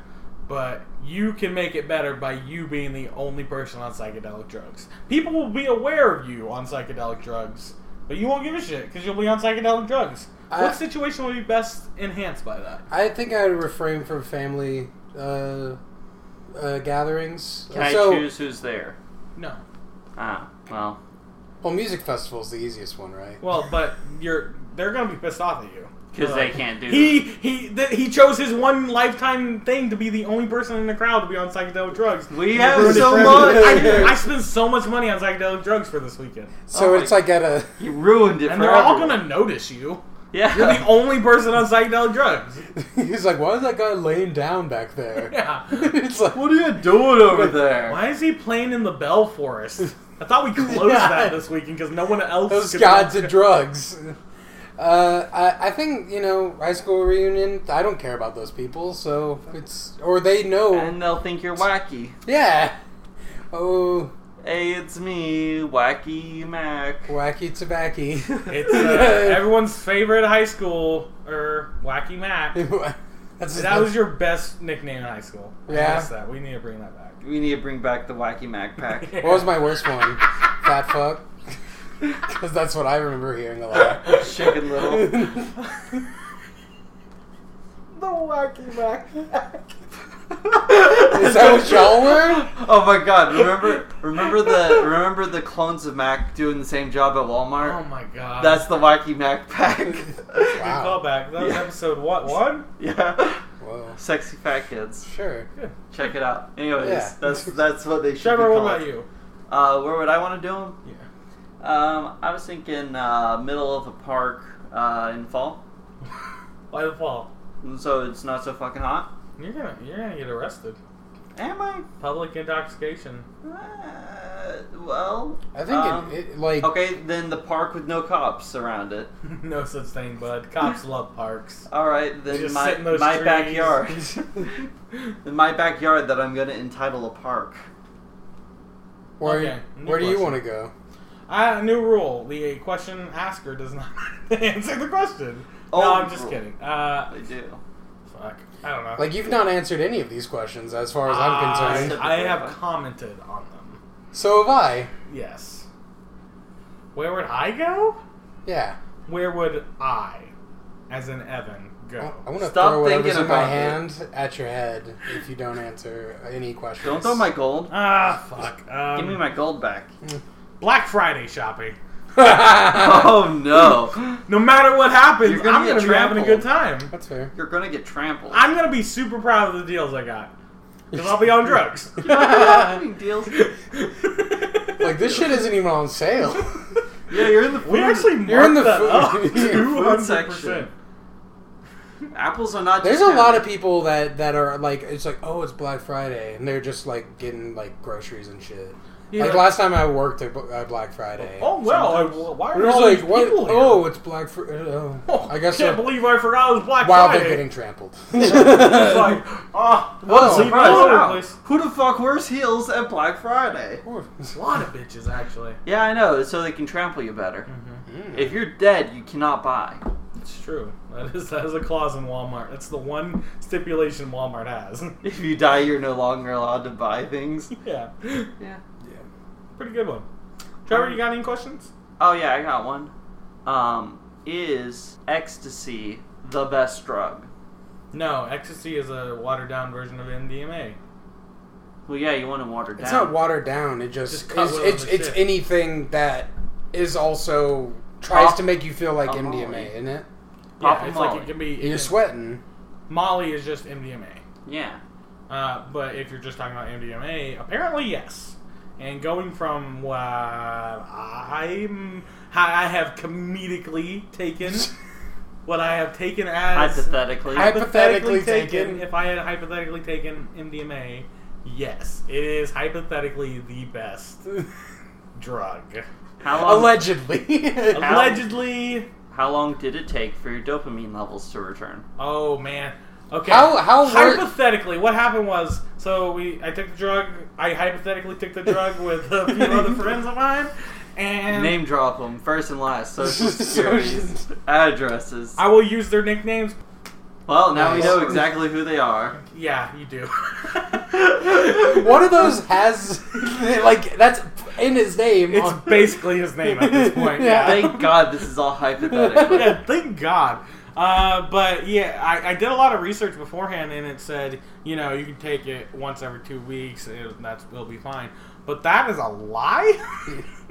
[SPEAKER 1] but you can make it better by you being the only person on psychedelic drugs people will be aware of you on psychedelic drugs but you won't give a shit because you'll be on psychedelic drugs
[SPEAKER 3] I-
[SPEAKER 1] what situation would be best enhanced by that
[SPEAKER 3] I think I would refrain from family uh, uh, gatherings.
[SPEAKER 2] Can I
[SPEAKER 3] so,
[SPEAKER 2] choose who's there?
[SPEAKER 1] no
[SPEAKER 2] Ah, well.
[SPEAKER 3] Well, music festival's the easiest one, right?
[SPEAKER 1] well but you're they're gonna be pissed off at you
[SPEAKER 2] Because they
[SPEAKER 1] Like,
[SPEAKER 2] can't do
[SPEAKER 1] He he th- he chose his one lifetime thing to be the only person in the crowd to be on psychedelic drugs.
[SPEAKER 2] We
[SPEAKER 1] He
[SPEAKER 2] have
[SPEAKER 1] ruined it
[SPEAKER 2] so
[SPEAKER 1] for
[SPEAKER 2] much.
[SPEAKER 1] everyone. I, I spent so much money on psychedelic drugs for this weekend,
[SPEAKER 3] so
[SPEAKER 2] Oh my-
[SPEAKER 3] it's like at a
[SPEAKER 2] You ruined it
[SPEAKER 1] and
[SPEAKER 2] for
[SPEAKER 1] they're all
[SPEAKER 2] everyone.
[SPEAKER 1] gonna notice you.
[SPEAKER 2] Yeah.
[SPEAKER 1] You're the only person on psychedelic drugs.
[SPEAKER 3] He's like, why is that guy laying down back there?
[SPEAKER 1] Yeah.
[SPEAKER 3] it's like,
[SPEAKER 2] what are you doing over there?
[SPEAKER 1] Why is he playing in the Bell Forest? I thought we closed
[SPEAKER 3] Yeah.
[SPEAKER 1] that this weekend because no one else.
[SPEAKER 3] those
[SPEAKER 1] could-
[SPEAKER 3] gods of drugs. Uh, I, I think, you know, high school reunion, I don't care about those people, so it's. Or they know.
[SPEAKER 2] And they'll think you're wacky.
[SPEAKER 3] yeah. Oh,
[SPEAKER 2] Hey, it's me, Wacky Mac.
[SPEAKER 3] wacky tobacco.
[SPEAKER 1] It's uh, everyone's favorite high school or Wacky Mac.
[SPEAKER 3] That's
[SPEAKER 1] That was your best nickname in high school. I
[SPEAKER 3] Yeah.
[SPEAKER 1] noticed that. We need to bring that back.
[SPEAKER 2] We need to bring back the Wacky Mac pack.
[SPEAKER 3] What was my worst one? Fat fuck. Because that's what I remember hearing a lot.
[SPEAKER 2] Chicken Little.
[SPEAKER 1] The wacky back.
[SPEAKER 3] Is that what y'all were?
[SPEAKER 2] Oh my god, remember remember the remember the clones of Mac doing the same job at Walmart?
[SPEAKER 1] Oh my god.
[SPEAKER 2] That's the Wacky Mac pack.
[SPEAKER 1] a good
[SPEAKER 3] Wow.
[SPEAKER 1] callback. That was
[SPEAKER 2] Yeah.
[SPEAKER 1] episode what one?
[SPEAKER 2] yeah.
[SPEAKER 3] Whoa.
[SPEAKER 2] Sexy fat kids.
[SPEAKER 3] Sure.
[SPEAKER 2] Check it out. Anyways,
[SPEAKER 3] Yeah.
[SPEAKER 2] that's that's what they should
[SPEAKER 1] Trevor,
[SPEAKER 2] be
[SPEAKER 1] what
[SPEAKER 2] called.
[SPEAKER 1] about you?
[SPEAKER 2] Uh, where would I want to do them?
[SPEAKER 1] Yeah.
[SPEAKER 2] Um, I was thinking uh, middle of a park uh, in fall,
[SPEAKER 1] By the fall.
[SPEAKER 2] so it's not so fucking hot.
[SPEAKER 1] You're gonna you're gonna get arrested.
[SPEAKER 2] Am I?
[SPEAKER 1] Public intoxication.
[SPEAKER 2] Uh, well,
[SPEAKER 3] I think
[SPEAKER 2] um,
[SPEAKER 3] it, it like
[SPEAKER 2] okay. Then the park with no cops around it.
[SPEAKER 1] no such thing, bud. Cops love parks.
[SPEAKER 2] All right, then
[SPEAKER 1] Just
[SPEAKER 2] my
[SPEAKER 1] sit in those
[SPEAKER 2] my
[SPEAKER 1] trees.
[SPEAKER 2] backyard, in my backyard that I'm gonna entitle a park.
[SPEAKER 3] where
[SPEAKER 1] okay, new
[SPEAKER 3] where do you
[SPEAKER 1] question.
[SPEAKER 3] want to go?
[SPEAKER 1] I, new rule: the question asker does not answer the question. no,
[SPEAKER 2] Old
[SPEAKER 3] Oh.
[SPEAKER 1] I'm just
[SPEAKER 2] rule.
[SPEAKER 1] kidding. Uh,
[SPEAKER 2] I do.
[SPEAKER 1] fuck. I don't know.
[SPEAKER 3] Like you've not answered any of these questions as far as
[SPEAKER 1] I-
[SPEAKER 3] I'm
[SPEAKER 2] concerned.
[SPEAKER 1] I have commented on them.
[SPEAKER 3] So have I.
[SPEAKER 1] Yes. Where would I go?
[SPEAKER 3] Yeah.
[SPEAKER 1] Where would I, as in Evan, go?
[SPEAKER 3] I want to
[SPEAKER 2] Stop
[SPEAKER 3] throw whatever's
[SPEAKER 2] thinking
[SPEAKER 3] in my
[SPEAKER 2] about it.
[SPEAKER 3] hand at your head if you don't answer any questions.
[SPEAKER 2] Don't throw my gold.
[SPEAKER 1] Ah, fuck. Um,
[SPEAKER 2] Give me my gold back.
[SPEAKER 1] Black Friday shopping. Um,
[SPEAKER 2] Oh no,
[SPEAKER 1] No matter what happens,
[SPEAKER 2] You're gonna
[SPEAKER 1] I'm
[SPEAKER 2] get
[SPEAKER 1] gonna be having a good
[SPEAKER 2] trampled.
[SPEAKER 1] time.
[SPEAKER 3] That's fair.
[SPEAKER 2] you're gonna get trampled.
[SPEAKER 1] I'm gonna be super proud of the deals I got. Because I'll be on drugs.
[SPEAKER 2] Fucking deals.
[SPEAKER 3] Like this shit isn't even on sale.
[SPEAKER 2] Yeah, you're in the
[SPEAKER 1] We
[SPEAKER 2] food.
[SPEAKER 1] actually
[SPEAKER 3] You're in
[SPEAKER 1] marked
[SPEAKER 3] the
[SPEAKER 1] that up
[SPEAKER 3] food- you're in
[SPEAKER 2] the food
[SPEAKER 1] 200%.
[SPEAKER 2] section. Apples are not.
[SPEAKER 3] There's a
[SPEAKER 2] discounted.
[SPEAKER 3] lot of people that that are like it's like oh it's Black Friday and they're just like getting like groceries and shit.
[SPEAKER 1] Yeah.
[SPEAKER 3] Like last time I worked at uh, Black Friday.
[SPEAKER 1] Oh well, I,
[SPEAKER 2] Sometimes.
[SPEAKER 1] why
[SPEAKER 3] We're
[SPEAKER 1] are
[SPEAKER 3] just
[SPEAKER 1] all
[SPEAKER 3] like
[SPEAKER 1] these
[SPEAKER 3] what?
[SPEAKER 1] people here?
[SPEAKER 3] Oh, it's Black Friday. Oh. I guess
[SPEAKER 1] can't
[SPEAKER 3] so.
[SPEAKER 1] believe I forgot it was Black
[SPEAKER 3] While they're
[SPEAKER 1] Friday.
[SPEAKER 3] getting trampled.
[SPEAKER 1] It's like, oh,
[SPEAKER 2] What a
[SPEAKER 3] Oh,
[SPEAKER 2] surprise!
[SPEAKER 1] all over the
[SPEAKER 2] Wow.
[SPEAKER 1] place.
[SPEAKER 2] Who the fuck wears heels at Black Friday?
[SPEAKER 1] a lot of bitches actually.
[SPEAKER 2] Yeah, I know. So they can trample you better.
[SPEAKER 3] Mm.
[SPEAKER 2] If you're dead, you cannot buy.
[SPEAKER 1] It's true. That is that is a clause in Walmart. That's the one stipulation Walmart has.
[SPEAKER 2] If you die, you're no longer allowed to buy things.
[SPEAKER 1] yeah,
[SPEAKER 2] Yeah.
[SPEAKER 1] pretty good one. Trevor, you got any questions?
[SPEAKER 2] Oh yeah, I got one. Um, is ecstasy the best drug?
[SPEAKER 1] No, ecstasy is a watered down version of MDMA.
[SPEAKER 2] Well, yeah, you want to water down.
[SPEAKER 3] It's not watered down. It just,
[SPEAKER 1] Just cut
[SPEAKER 3] it's
[SPEAKER 1] with
[SPEAKER 3] it's,
[SPEAKER 1] other
[SPEAKER 3] it's
[SPEAKER 1] shit.
[SPEAKER 3] anything that is also tries
[SPEAKER 2] Pop-
[SPEAKER 3] to make you feel like
[SPEAKER 2] Oh,
[SPEAKER 3] MDMA,
[SPEAKER 2] Molly.
[SPEAKER 3] isn't it?
[SPEAKER 2] Pop
[SPEAKER 1] Yeah, it's
[SPEAKER 2] Molly.
[SPEAKER 1] like it can be.
[SPEAKER 3] You're
[SPEAKER 1] it-
[SPEAKER 3] sweating.
[SPEAKER 1] Molly is just MDMA.
[SPEAKER 2] yeah.
[SPEAKER 1] Uh, but if you're just talking about MDMA, apparently yes. And going from what I'm, how I have comedically taken, what I have taken as
[SPEAKER 2] Hypothetically,
[SPEAKER 3] I- Hypothetically taken.
[SPEAKER 1] If I had hypothetically taken MDMA, yes, it is hypothetically the best drug.
[SPEAKER 2] how long?
[SPEAKER 3] Allegedly.
[SPEAKER 1] Allegedly,
[SPEAKER 2] How long did it take for your dopamine levels to return?
[SPEAKER 1] oh man. Okay.
[SPEAKER 3] How how wor-
[SPEAKER 1] hypothetically, what happened was, so we, I took the drug. I hypothetically took the drug with a few other friends of mine, and
[SPEAKER 2] Name drop them first and last. Social
[SPEAKER 3] Social-
[SPEAKER 2] security addresses.
[SPEAKER 1] I will use their nicknames.
[SPEAKER 2] Well, now we
[SPEAKER 3] Nice.
[SPEAKER 2] know exactly who they are.
[SPEAKER 1] Yeah, you do.
[SPEAKER 3] one of those has like that's in his name.
[SPEAKER 1] It's
[SPEAKER 3] on-
[SPEAKER 1] basically his name at this point. Yeah.
[SPEAKER 2] Thank God this is all hypothetical.
[SPEAKER 1] yeah, thank God. Uh, but yeah, I, I did a lot of research beforehand, and it said you know you can take it once every two weeks, and that's will be fine. But that is a lie.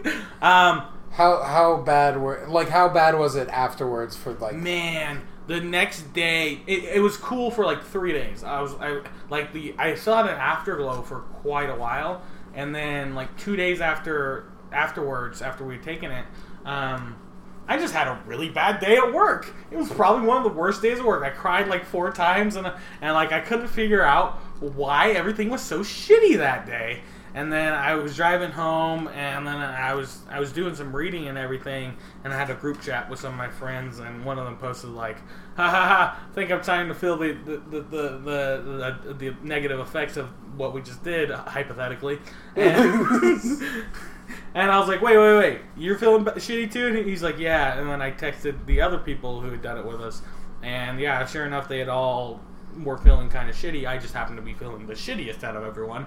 [SPEAKER 1] um,
[SPEAKER 3] How how bad were like how bad was it afterwards for like
[SPEAKER 1] man, the next day it, it was cool for like three days. I was I like the I still had an afterglow for quite a while, and then like two days after afterwards after we'd taken it. Um, I just had a really bad day at work. It was probably one of the worst days at work. I cried like four times and and like I couldn't figure out why everything was so shitty that day. And then I was driving home and then I was I was doing some reading and everything and I had a group chat with some of my friends and one of them posted like ha ha ha think I'm trying to feel the the the, the, the, the, the negative effects of what we just did hypothetically. And And I was like, wait, wait, wait, you're feeling b- shitty too? And he's like, yeah. And then I texted the other people who had done it with us. And yeah, sure enough, they had all were feeling kind of shitty. I just happened to be feeling the shittiest out of everyone.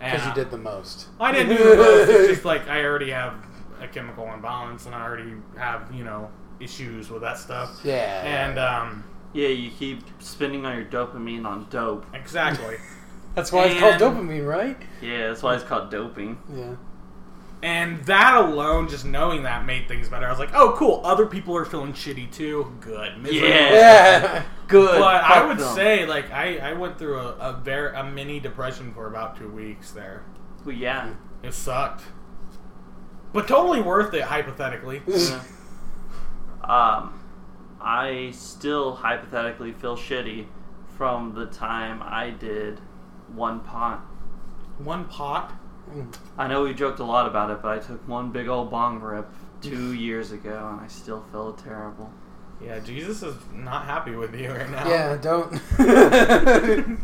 [SPEAKER 1] And
[SPEAKER 3] because you did the most?
[SPEAKER 1] I didn't do the most. It's just like I already have a chemical imbalance and I already have, you know, issues with that stuff.
[SPEAKER 3] Yeah.
[SPEAKER 1] And, um,
[SPEAKER 2] yeah, you keep spending on your dopamine on dope.
[SPEAKER 1] exactly.
[SPEAKER 3] That's why it's called
[SPEAKER 1] and-
[SPEAKER 3] dopamine, right?
[SPEAKER 2] Yeah, that's why it's called doping.
[SPEAKER 3] Yeah.
[SPEAKER 1] And that alone, just knowing that, made things better. I was like, oh, cool. Other people are feeling shitty too. Good. Miserable.
[SPEAKER 2] Yeah.
[SPEAKER 3] Yeah.
[SPEAKER 2] Good.
[SPEAKER 1] But I
[SPEAKER 2] Fuck
[SPEAKER 1] would
[SPEAKER 2] them.
[SPEAKER 1] say, like, I, I went through a, a, very, a mini depression for about two weeks there.
[SPEAKER 2] Well, yeah.
[SPEAKER 1] It sucked. But totally worth it, hypothetically.
[SPEAKER 2] Yeah. um, I still hypothetically feel shitty from the time I did one pot.
[SPEAKER 1] One pot.
[SPEAKER 3] Mm.
[SPEAKER 2] I know we joked a lot about it, but I took one big old bong rip two years ago, and I still feel terrible.
[SPEAKER 1] Yeah, Jesus is not happy with you right now.
[SPEAKER 3] Yeah, don't.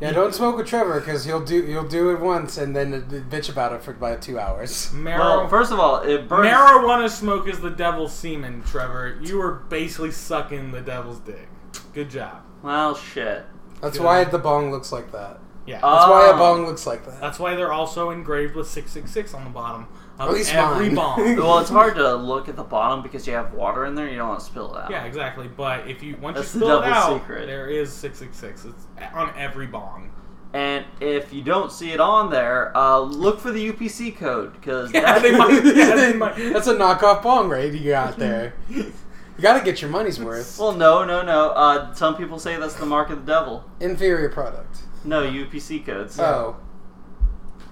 [SPEAKER 3] yeah, don't smoke with Trevor because he'll do he'll do it once and then bitch about it for about two hours.
[SPEAKER 1] Marrow.
[SPEAKER 2] Well, first of all, it burns.
[SPEAKER 1] Marijuana smoke is the devil's semen, Trevor. You were basically sucking the devil's dick. Good job.
[SPEAKER 2] Well, shit.
[SPEAKER 3] That's
[SPEAKER 1] Yeah.
[SPEAKER 3] why the bong looks like that.
[SPEAKER 1] Yeah.
[SPEAKER 3] That's why a
[SPEAKER 2] Oh.
[SPEAKER 3] bong looks like that.
[SPEAKER 1] That's why they're also engraved with 666 on the bottom of
[SPEAKER 3] At least
[SPEAKER 1] every
[SPEAKER 3] mine.
[SPEAKER 1] bomb.
[SPEAKER 2] Well, it's hard to look at the bottom because you have water in there. You don't want to spill it out.
[SPEAKER 1] yeah, exactly. But if you once
[SPEAKER 2] That's the
[SPEAKER 1] you spill it
[SPEAKER 2] devil's
[SPEAKER 1] out,
[SPEAKER 2] secret.
[SPEAKER 1] there is 666. It's on every bomb.
[SPEAKER 2] And if you don't see it on there, uh, look for the UPC code because
[SPEAKER 1] Yeah, they might- yeah, they might-
[SPEAKER 3] That's a knockoff bong right you got there. You gotta get your money's worth.
[SPEAKER 2] Well, no, no, no. Uh, some people say that's the mark of the devil.
[SPEAKER 3] Inferior product.
[SPEAKER 2] No, UPC codes.
[SPEAKER 3] Oh,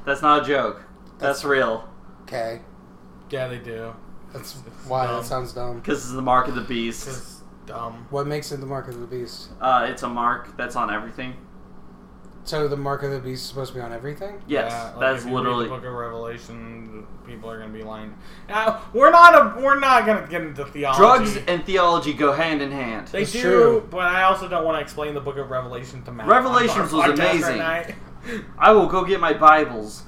[SPEAKER 2] That's not a joke. That's real.
[SPEAKER 3] okay.
[SPEAKER 1] Yeah, they do.
[SPEAKER 3] That's why
[SPEAKER 1] dumb.
[SPEAKER 3] that sounds dumb.
[SPEAKER 2] Because it's the mark of the beast.
[SPEAKER 1] It's dumb.
[SPEAKER 3] What makes it the mark of the beast?
[SPEAKER 2] Uh, it's a mark that's on everything.
[SPEAKER 3] So the mark of the beast is supposed to be on everything?
[SPEAKER 2] Yes,
[SPEAKER 1] Yeah, like,
[SPEAKER 2] that's
[SPEAKER 1] if you read
[SPEAKER 2] literally.
[SPEAKER 1] the Book of Revelation. People are gonna be lying. Now, we're not. A, we're not gonna get into theology.
[SPEAKER 2] Drugs and theology go hand in hand.
[SPEAKER 1] They
[SPEAKER 3] It's
[SPEAKER 1] do,
[SPEAKER 3] true.
[SPEAKER 1] but I also don't want to explain the Book of Revelation to Matt.
[SPEAKER 2] Revelations
[SPEAKER 1] on our
[SPEAKER 2] was
[SPEAKER 1] podcast
[SPEAKER 2] amazing.
[SPEAKER 1] Right
[SPEAKER 2] I will go get my Bibles.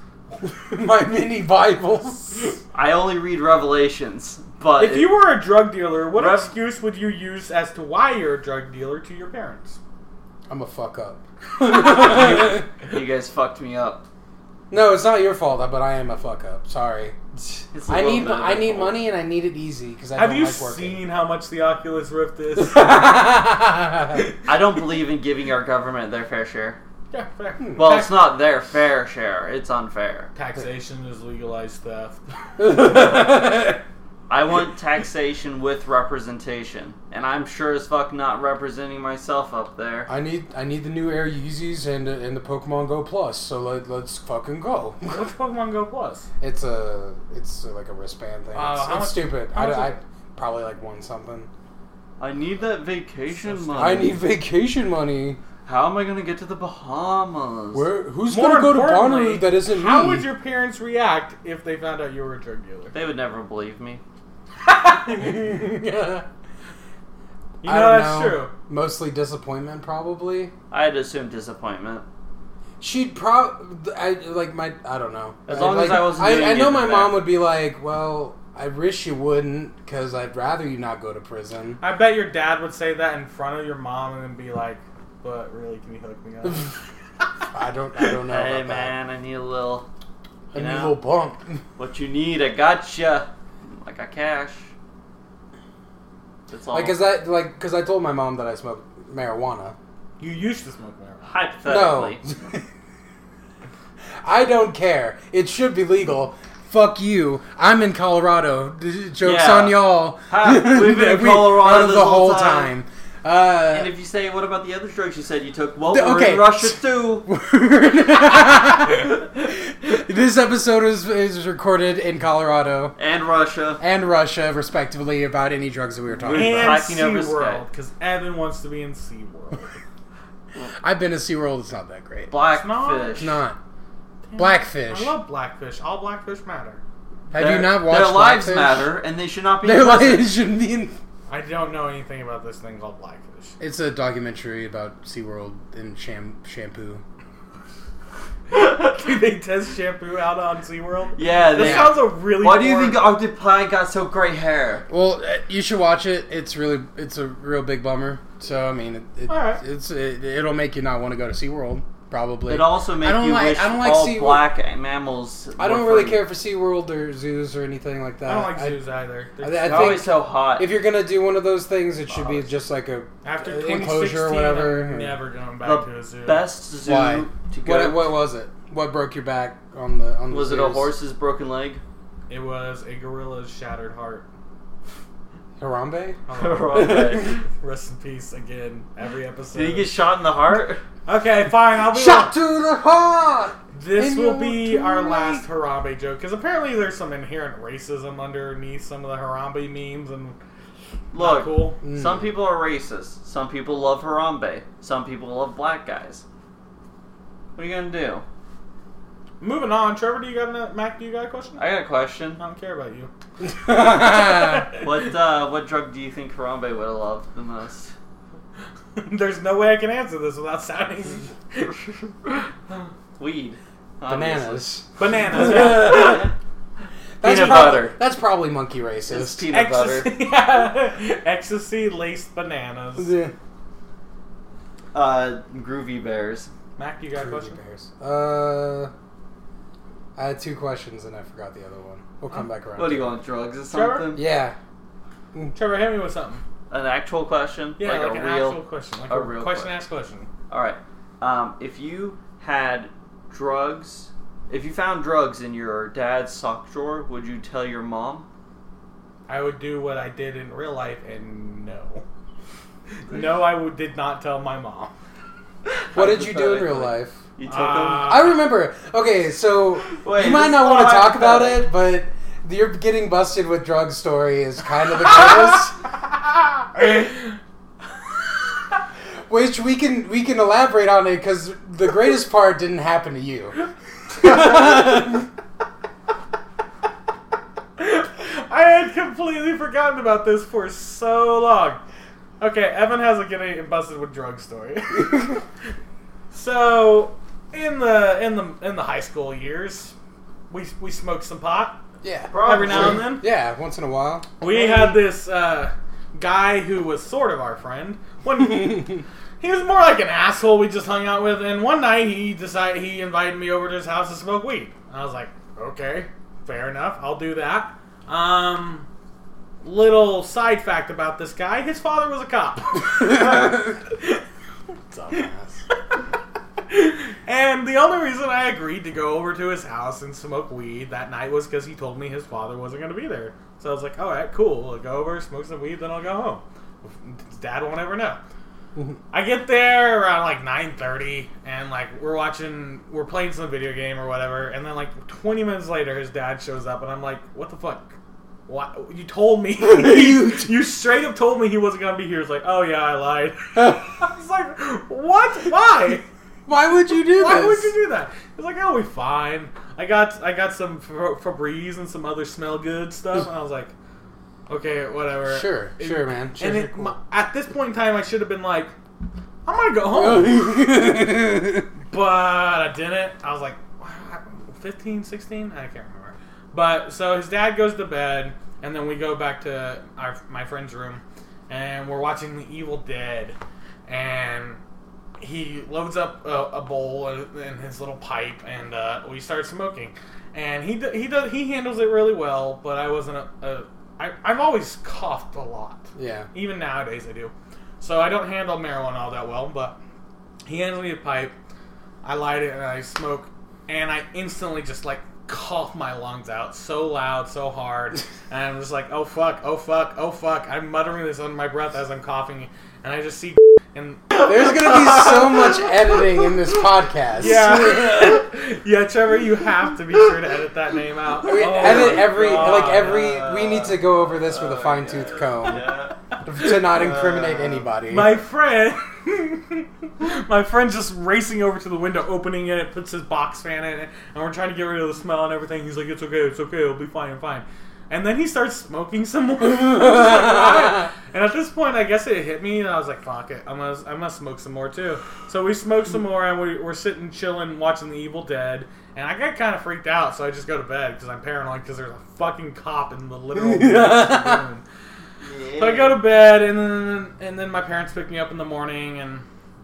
[SPEAKER 3] My mini Bibles.
[SPEAKER 2] I only read Revelations, but
[SPEAKER 1] if you were a drug dealer, what
[SPEAKER 2] Rev-
[SPEAKER 1] excuse would you use as to why you're a drug dealer to your parents?
[SPEAKER 3] I'm a fuck up.
[SPEAKER 2] it- you guys fucked me up.
[SPEAKER 3] No, it's not your fault, but I am a fuck up. Sorry.
[SPEAKER 2] It's a
[SPEAKER 3] I
[SPEAKER 2] little
[SPEAKER 3] need
[SPEAKER 2] bit of my
[SPEAKER 3] I need
[SPEAKER 2] fault.
[SPEAKER 3] money and I need it easy because I
[SPEAKER 1] Have
[SPEAKER 3] don't
[SPEAKER 1] you
[SPEAKER 3] like working.
[SPEAKER 1] seen how much the Oculus Rift
[SPEAKER 3] Hmm,
[SPEAKER 1] is?
[SPEAKER 2] I don't believe in giving our government their fair share.
[SPEAKER 1] yeah, fair.
[SPEAKER 2] Well, it's not their fair share. It's unfair.
[SPEAKER 1] Taxation is legalized theft.
[SPEAKER 2] I want taxation with representation, and I'm sure as fuck not representing myself up there.
[SPEAKER 3] I need I need the new Air Yeezys and and the Pokemon Go Plus. So let, let's fucking go.
[SPEAKER 1] Which Pokemon Go Plus?
[SPEAKER 3] It's a it's like a wristband thing.
[SPEAKER 1] Uh,
[SPEAKER 3] it's
[SPEAKER 1] how
[SPEAKER 3] it's
[SPEAKER 1] much-
[SPEAKER 3] stupid.
[SPEAKER 1] how
[SPEAKER 3] I,
[SPEAKER 1] much
[SPEAKER 3] I
[SPEAKER 1] is-
[SPEAKER 3] probably like won something.
[SPEAKER 2] I need that vacation money.
[SPEAKER 3] I need vacation money.
[SPEAKER 2] How am I gonna get to the Bahamas?
[SPEAKER 3] Where who's
[SPEAKER 1] More
[SPEAKER 3] gonna go to
[SPEAKER 1] importantly,
[SPEAKER 3] Bonnaroo that isn't
[SPEAKER 1] How
[SPEAKER 3] me?
[SPEAKER 1] would your parents react if they found out you were a drug dealer?
[SPEAKER 2] They would never believe me.
[SPEAKER 1] You
[SPEAKER 3] I
[SPEAKER 1] know
[SPEAKER 3] don't
[SPEAKER 1] that's
[SPEAKER 3] know.
[SPEAKER 1] true.
[SPEAKER 3] Mostly disappointment, probably.
[SPEAKER 2] I'd assume disappointment.
[SPEAKER 3] She'd probably, I like my, I don't know.
[SPEAKER 2] As long as
[SPEAKER 3] like,
[SPEAKER 2] I wasn't doing
[SPEAKER 3] I, I
[SPEAKER 2] it
[SPEAKER 3] know
[SPEAKER 2] in
[SPEAKER 3] my
[SPEAKER 2] the
[SPEAKER 3] mom
[SPEAKER 2] back.
[SPEAKER 3] would be like, "Well, I wish you wouldn't, because I'd rather you not go to prison."
[SPEAKER 1] I bet your dad would say that in front of your mom and then be like, "But really, can you hook me up?"
[SPEAKER 3] I don't, I don't know.
[SPEAKER 2] Hey
[SPEAKER 3] about that.
[SPEAKER 2] man, I need a little.
[SPEAKER 3] I
[SPEAKER 2] you
[SPEAKER 3] need a
[SPEAKER 2] know?
[SPEAKER 3] little bump.
[SPEAKER 2] What you need, I gotcha. I got cash. That's all.
[SPEAKER 3] Like, cause I like, cause I told my mom that I smoked marijuana.
[SPEAKER 1] you used to smoke marijuana.
[SPEAKER 2] Hypothetically.
[SPEAKER 3] No, I don't care. It should be legal. Fuck you. I'm in Colorado. D- Jokes
[SPEAKER 2] Yeah.
[SPEAKER 3] on y'all.
[SPEAKER 2] Ha, we've been in
[SPEAKER 3] We-
[SPEAKER 2] Colorado
[SPEAKER 3] that was
[SPEAKER 2] this
[SPEAKER 3] the
[SPEAKER 2] whole
[SPEAKER 3] whole
[SPEAKER 2] time.
[SPEAKER 3] time. Uh,
[SPEAKER 2] And if you say, what about the other drugs you said you took? Well,
[SPEAKER 3] Th-
[SPEAKER 2] we're
[SPEAKER 3] okay.
[SPEAKER 2] in Russia too.
[SPEAKER 3] this episode is, is recorded in Colorado
[SPEAKER 2] and Russia.
[SPEAKER 3] and Russia, respectively, about any drugs that we were talking about.
[SPEAKER 1] And
[SPEAKER 2] Hiking over
[SPEAKER 1] SeaWorld,
[SPEAKER 2] Skype.
[SPEAKER 1] because Evan wants to be in SeaWorld.
[SPEAKER 3] I've been to SeaWorld, it's not that great.
[SPEAKER 1] not-
[SPEAKER 2] Blackfish.
[SPEAKER 3] It's not. Blackfish.
[SPEAKER 1] I love blackfish. All blackfish matter.
[SPEAKER 3] Have you not watched
[SPEAKER 2] Their lives
[SPEAKER 3] Blackfish?
[SPEAKER 2] matter, and they should not be.
[SPEAKER 3] Their
[SPEAKER 2] in prison.
[SPEAKER 3] lives shouldn't be in.
[SPEAKER 1] I don't know anything about this thing called blackfish.
[SPEAKER 3] It's a documentary about SeaWorld and sham- shampoo.
[SPEAKER 1] Do they test shampoo out on SeaWorld?
[SPEAKER 2] Yeah,
[SPEAKER 1] This
[SPEAKER 2] they.
[SPEAKER 1] sounds a really.
[SPEAKER 2] Why do you think
[SPEAKER 1] boring-
[SPEAKER 2] Octopi got so gray hair?
[SPEAKER 3] Well, uh, you should watch it. It's really, it's a real big bummer. So I mean, it, it,
[SPEAKER 1] All right.
[SPEAKER 3] it's it, it'll make you not want to go to SeaWorld, probably.
[SPEAKER 2] It also makes
[SPEAKER 3] don't
[SPEAKER 2] you
[SPEAKER 3] like-
[SPEAKER 2] wish
[SPEAKER 3] I don't like
[SPEAKER 2] all
[SPEAKER 3] sea-
[SPEAKER 2] black mammals.
[SPEAKER 3] I don't
[SPEAKER 2] were
[SPEAKER 3] really
[SPEAKER 2] free.
[SPEAKER 3] care for SeaWorld or zoos or anything like that.
[SPEAKER 1] I don't like zoos either. They're just-
[SPEAKER 3] Uh, I- I
[SPEAKER 2] They're
[SPEAKER 3] think-
[SPEAKER 2] always so hot.
[SPEAKER 3] If you're gonna do one of those things, it should be just like a
[SPEAKER 1] after
[SPEAKER 3] uh,
[SPEAKER 1] 2016,
[SPEAKER 3] enclosure or whatever.
[SPEAKER 1] I'm never going back to
[SPEAKER 2] the
[SPEAKER 1] a zoo.
[SPEAKER 2] best zoo
[SPEAKER 3] Why?
[SPEAKER 2] to go.
[SPEAKER 3] What, what was it? What broke your back on the on the
[SPEAKER 2] Was it a
[SPEAKER 3] stairs?
[SPEAKER 2] horse's broken leg?
[SPEAKER 1] It was a gorilla's shattered heart.
[SPEAKER 3] Harambe?
[SPEAKER 2] Okay.
[SPEAKER 1] Rest in peace again. Every episode.
[SPEAKER 2] Did he get shot in the heart?
[SPEAKER 1] okay, fine. I'll be
[SPEAKER 3] Shot to the heart.
[SPEAKER 1] This
[SPEAKER 3] in
[SPEAKER 1] will
[SPEAKER 3] your
[SPEAKER 1] be our
[SPEAKER 3] tonight.
[SPEAKER 1] last Harambe joke because apparently there's some inherent racism underneath some of the Harambe memes and not
[SPEAKER 2] Look,
[SPEAKER 1] cool.
[SPEAKER 3] Mm.
[SPEAKER 2] some people are racist. Some people love Harambe. Some people love black guys. What are you gonna do?
[SPEAKER 1] Moving on, Trevor. Do you got a Mac? Do you got a question? I
[SPEAKER 2] I got a question.
[SPEAKER 1] don't care about you.
[SPEAKER 2] What uh, what drug do you think Harambe would have loved the most?
[SPEAKER 1] There's no way I can answer this without sounding
[SPEAKER 2] Weed. obviously.
[SPEAKER 3] Bananas.
[SPEAKER 1] bananas. yeah.
[SPEAKER 2] Peanut
[SPEAKER 3] prob-
[SPEAKER 2] butter.
[SPEAKER 3] That's probably monkey
[SPEAKER 2] It's
[SPEAKER 3] racist.
[SPEAKER 2] peanut butter.
[SPEAKER 1] Ecstasy, yeah. Ecstasy laced bananas.
[SPEAKER 3] Yeah.
[SPEAKER 2] Uh, groovy bears.
[SPEAKER 1] Mac, you got a
[SPEAKER 3] Fruity
[SPEAKER 1] question?
[SPEAKER 3] Bears. Uh, I had two questions and I forgot the other one. We'll come back around.
[SPEAKER 2] What do you want? Drugs or
[SPEAKER 1] Trevor?
[SPEAKER 2] something?
[SPEAKER 3] Yeah.
[SPEAKER 1] Trevor, hit me with something.
[SPEAKER 2] An actual question?
[SPEAKER 1] Yeah, like,
[SPEAKER 2] a
[SPEAKER 1] an
[SPEAKER 2] real.
[SPEAKER 1] actual question, like
[SPEAKER 2] a
[SPEAKER 1] a,
[SPEAKER 2] real
[SPEAKER 1] question
[SPEAKER 2] question.
[SPEAKER 1] asked question.
[SPEAKER 2] All right. Um, if you had drugs, if you found drugs in your dad's sock drawer, would you tell your mom?
[SPEAKER 1] I would do what I did in real life, and no, no, I would, did not tell my mom.
[SPEAKER 3] What did you do in real life?
[SPEAKER 2] You took
[SPEAKER 1] Uh,
[SPEAKER 2] them.
[SPEAKER 3] I remember. Okay, so
[SPEAKER 2] Wait,
[SPEAKER 3] you
[SPEAKER 2] this
[SPEAKER 3] might
[SPEAKER 2] is
[SPEAKER 3] not want
[SPEAKER 2] all
[SPEAKER 3] to talk about
[SPEAKER 2] hypothetical.
[SPEAKER 3] it, but your getting busted with drug story is kind of a close, which we can we can elaborate on it because the greatest part didn't happen to you.
[SPEAKER 1] I had completely forgotten about this for so long. Okay, Evan has a getting busted with drug story. so, in the in the in the high school years, we we smoked some pot
[SPEAKER 3] yeah.
[SPEAKER 1] every now and then.
[SPEAKER 3] Yeah, once in a while.
[SPEAKER 1] We had this uh, guy who was sort of our friend. One, he was more like an asshole we just hung out with. And one night he decided he invited me over to his house to smoke weed. And I was like, okay, fair enough, I'll do that. Um, little side fact about this guy: his father was a cop. and the only reason I agreed to go over to his house and smoke weed that night was because he told me his father wasn't going to be there. So I was like, all right, cool. I'll go over, smoke some weed, then I'll go home. Dad won't ever know. I get there around like 9:30, and like we're watching, we're playing some video game or whatever, and then like 20 minutes later, his dad shows up, and I'm like, "What the fuck? Why you told me? you, you straight up told me he wasn't gonna be here." He's like, "Oh yeah, I lied." I was like, "What? Why?"
[SPEAKER 3] Why would you do
[SPEAKER 1] Why
[SPEAKER 3] this?
[SPEAKER 1] would you do that? He's like, "Oh, we fine. I got I got some Fa- Febreze and some other smell good stuff." And I was like, "Okay, whatever."
[SPEAKER 3] Sure,
[SPEAKER 1] It-
[SPEAKER 3] sure, man. Sure,
[SPEAKER 1] and
[SPEAKER 3] you're
[SPEAKER 1] it,
[SPEAKER 3] cool.
[SPEAKER 1] my, at this point in time, I should have been like, "I'm gonna go
[SPEAKER 3] Oh,
[SPEAKER 1] home," but I didn't. I was like, 15, 16? I can't remember. But so his dad goes to bed, and then we go back to our my friend's room, and we're watching The Evil Dead, and he loads up a, a bowl and and his little pipe, and uh, we start smoking. And he d- he does he handles it really well, but I wasn't a, a I, I've always coughed a lot.
[SPEAKER 3] yeah.
[SPEAKER 1] Even nowadays, I do. So I don't handle marijuana all that well, but he hands me a pipe. I light it and I smoke, and I instantly just like cough my lungs out so loud, so hard, and I'm just like, oh fuck, oh fuck, oh fuck. I'm muttering this under my breath as I'm coughing, and I just see and
[SPEAKER 3] There's gonna be so much editing in this podcast.
[SPEAKER 1] yeah, yeah, Trevor, you have to be sure to edit that name out.
[SPEAKER 3] We
[SPEAKER 1] Oh
[SPEAKER 3] edit
[SPEAKER 1] my
[SPEAKER 3] every like
[SPEAKER 1] God.
[SPEAKER 3] every. we need to go over this with a fine tooth comb to not incriminate anybody.
[SPEAKER 1] My friend, my friend, just racing over to the window, opening it, puts his box fan in it, and we're trying to get rid of the smell and everything. He's like, "It's okay, it's okay, it'll be fine, fine." And then he starts smoking some more. I'm just like, "Why?" and at this point, I guess it hit me, and I was like, "Fuck it, I must, I must smoke some more too." So we smoked some more, and we, we're sitting, chilling, watching The Evil Dead. And I got kind of freaked out, so I just go to bed because I'm paranoid because there's a fucking cop in the literal next room. So I go to bed, and then and then my parents pick me up in the morning, and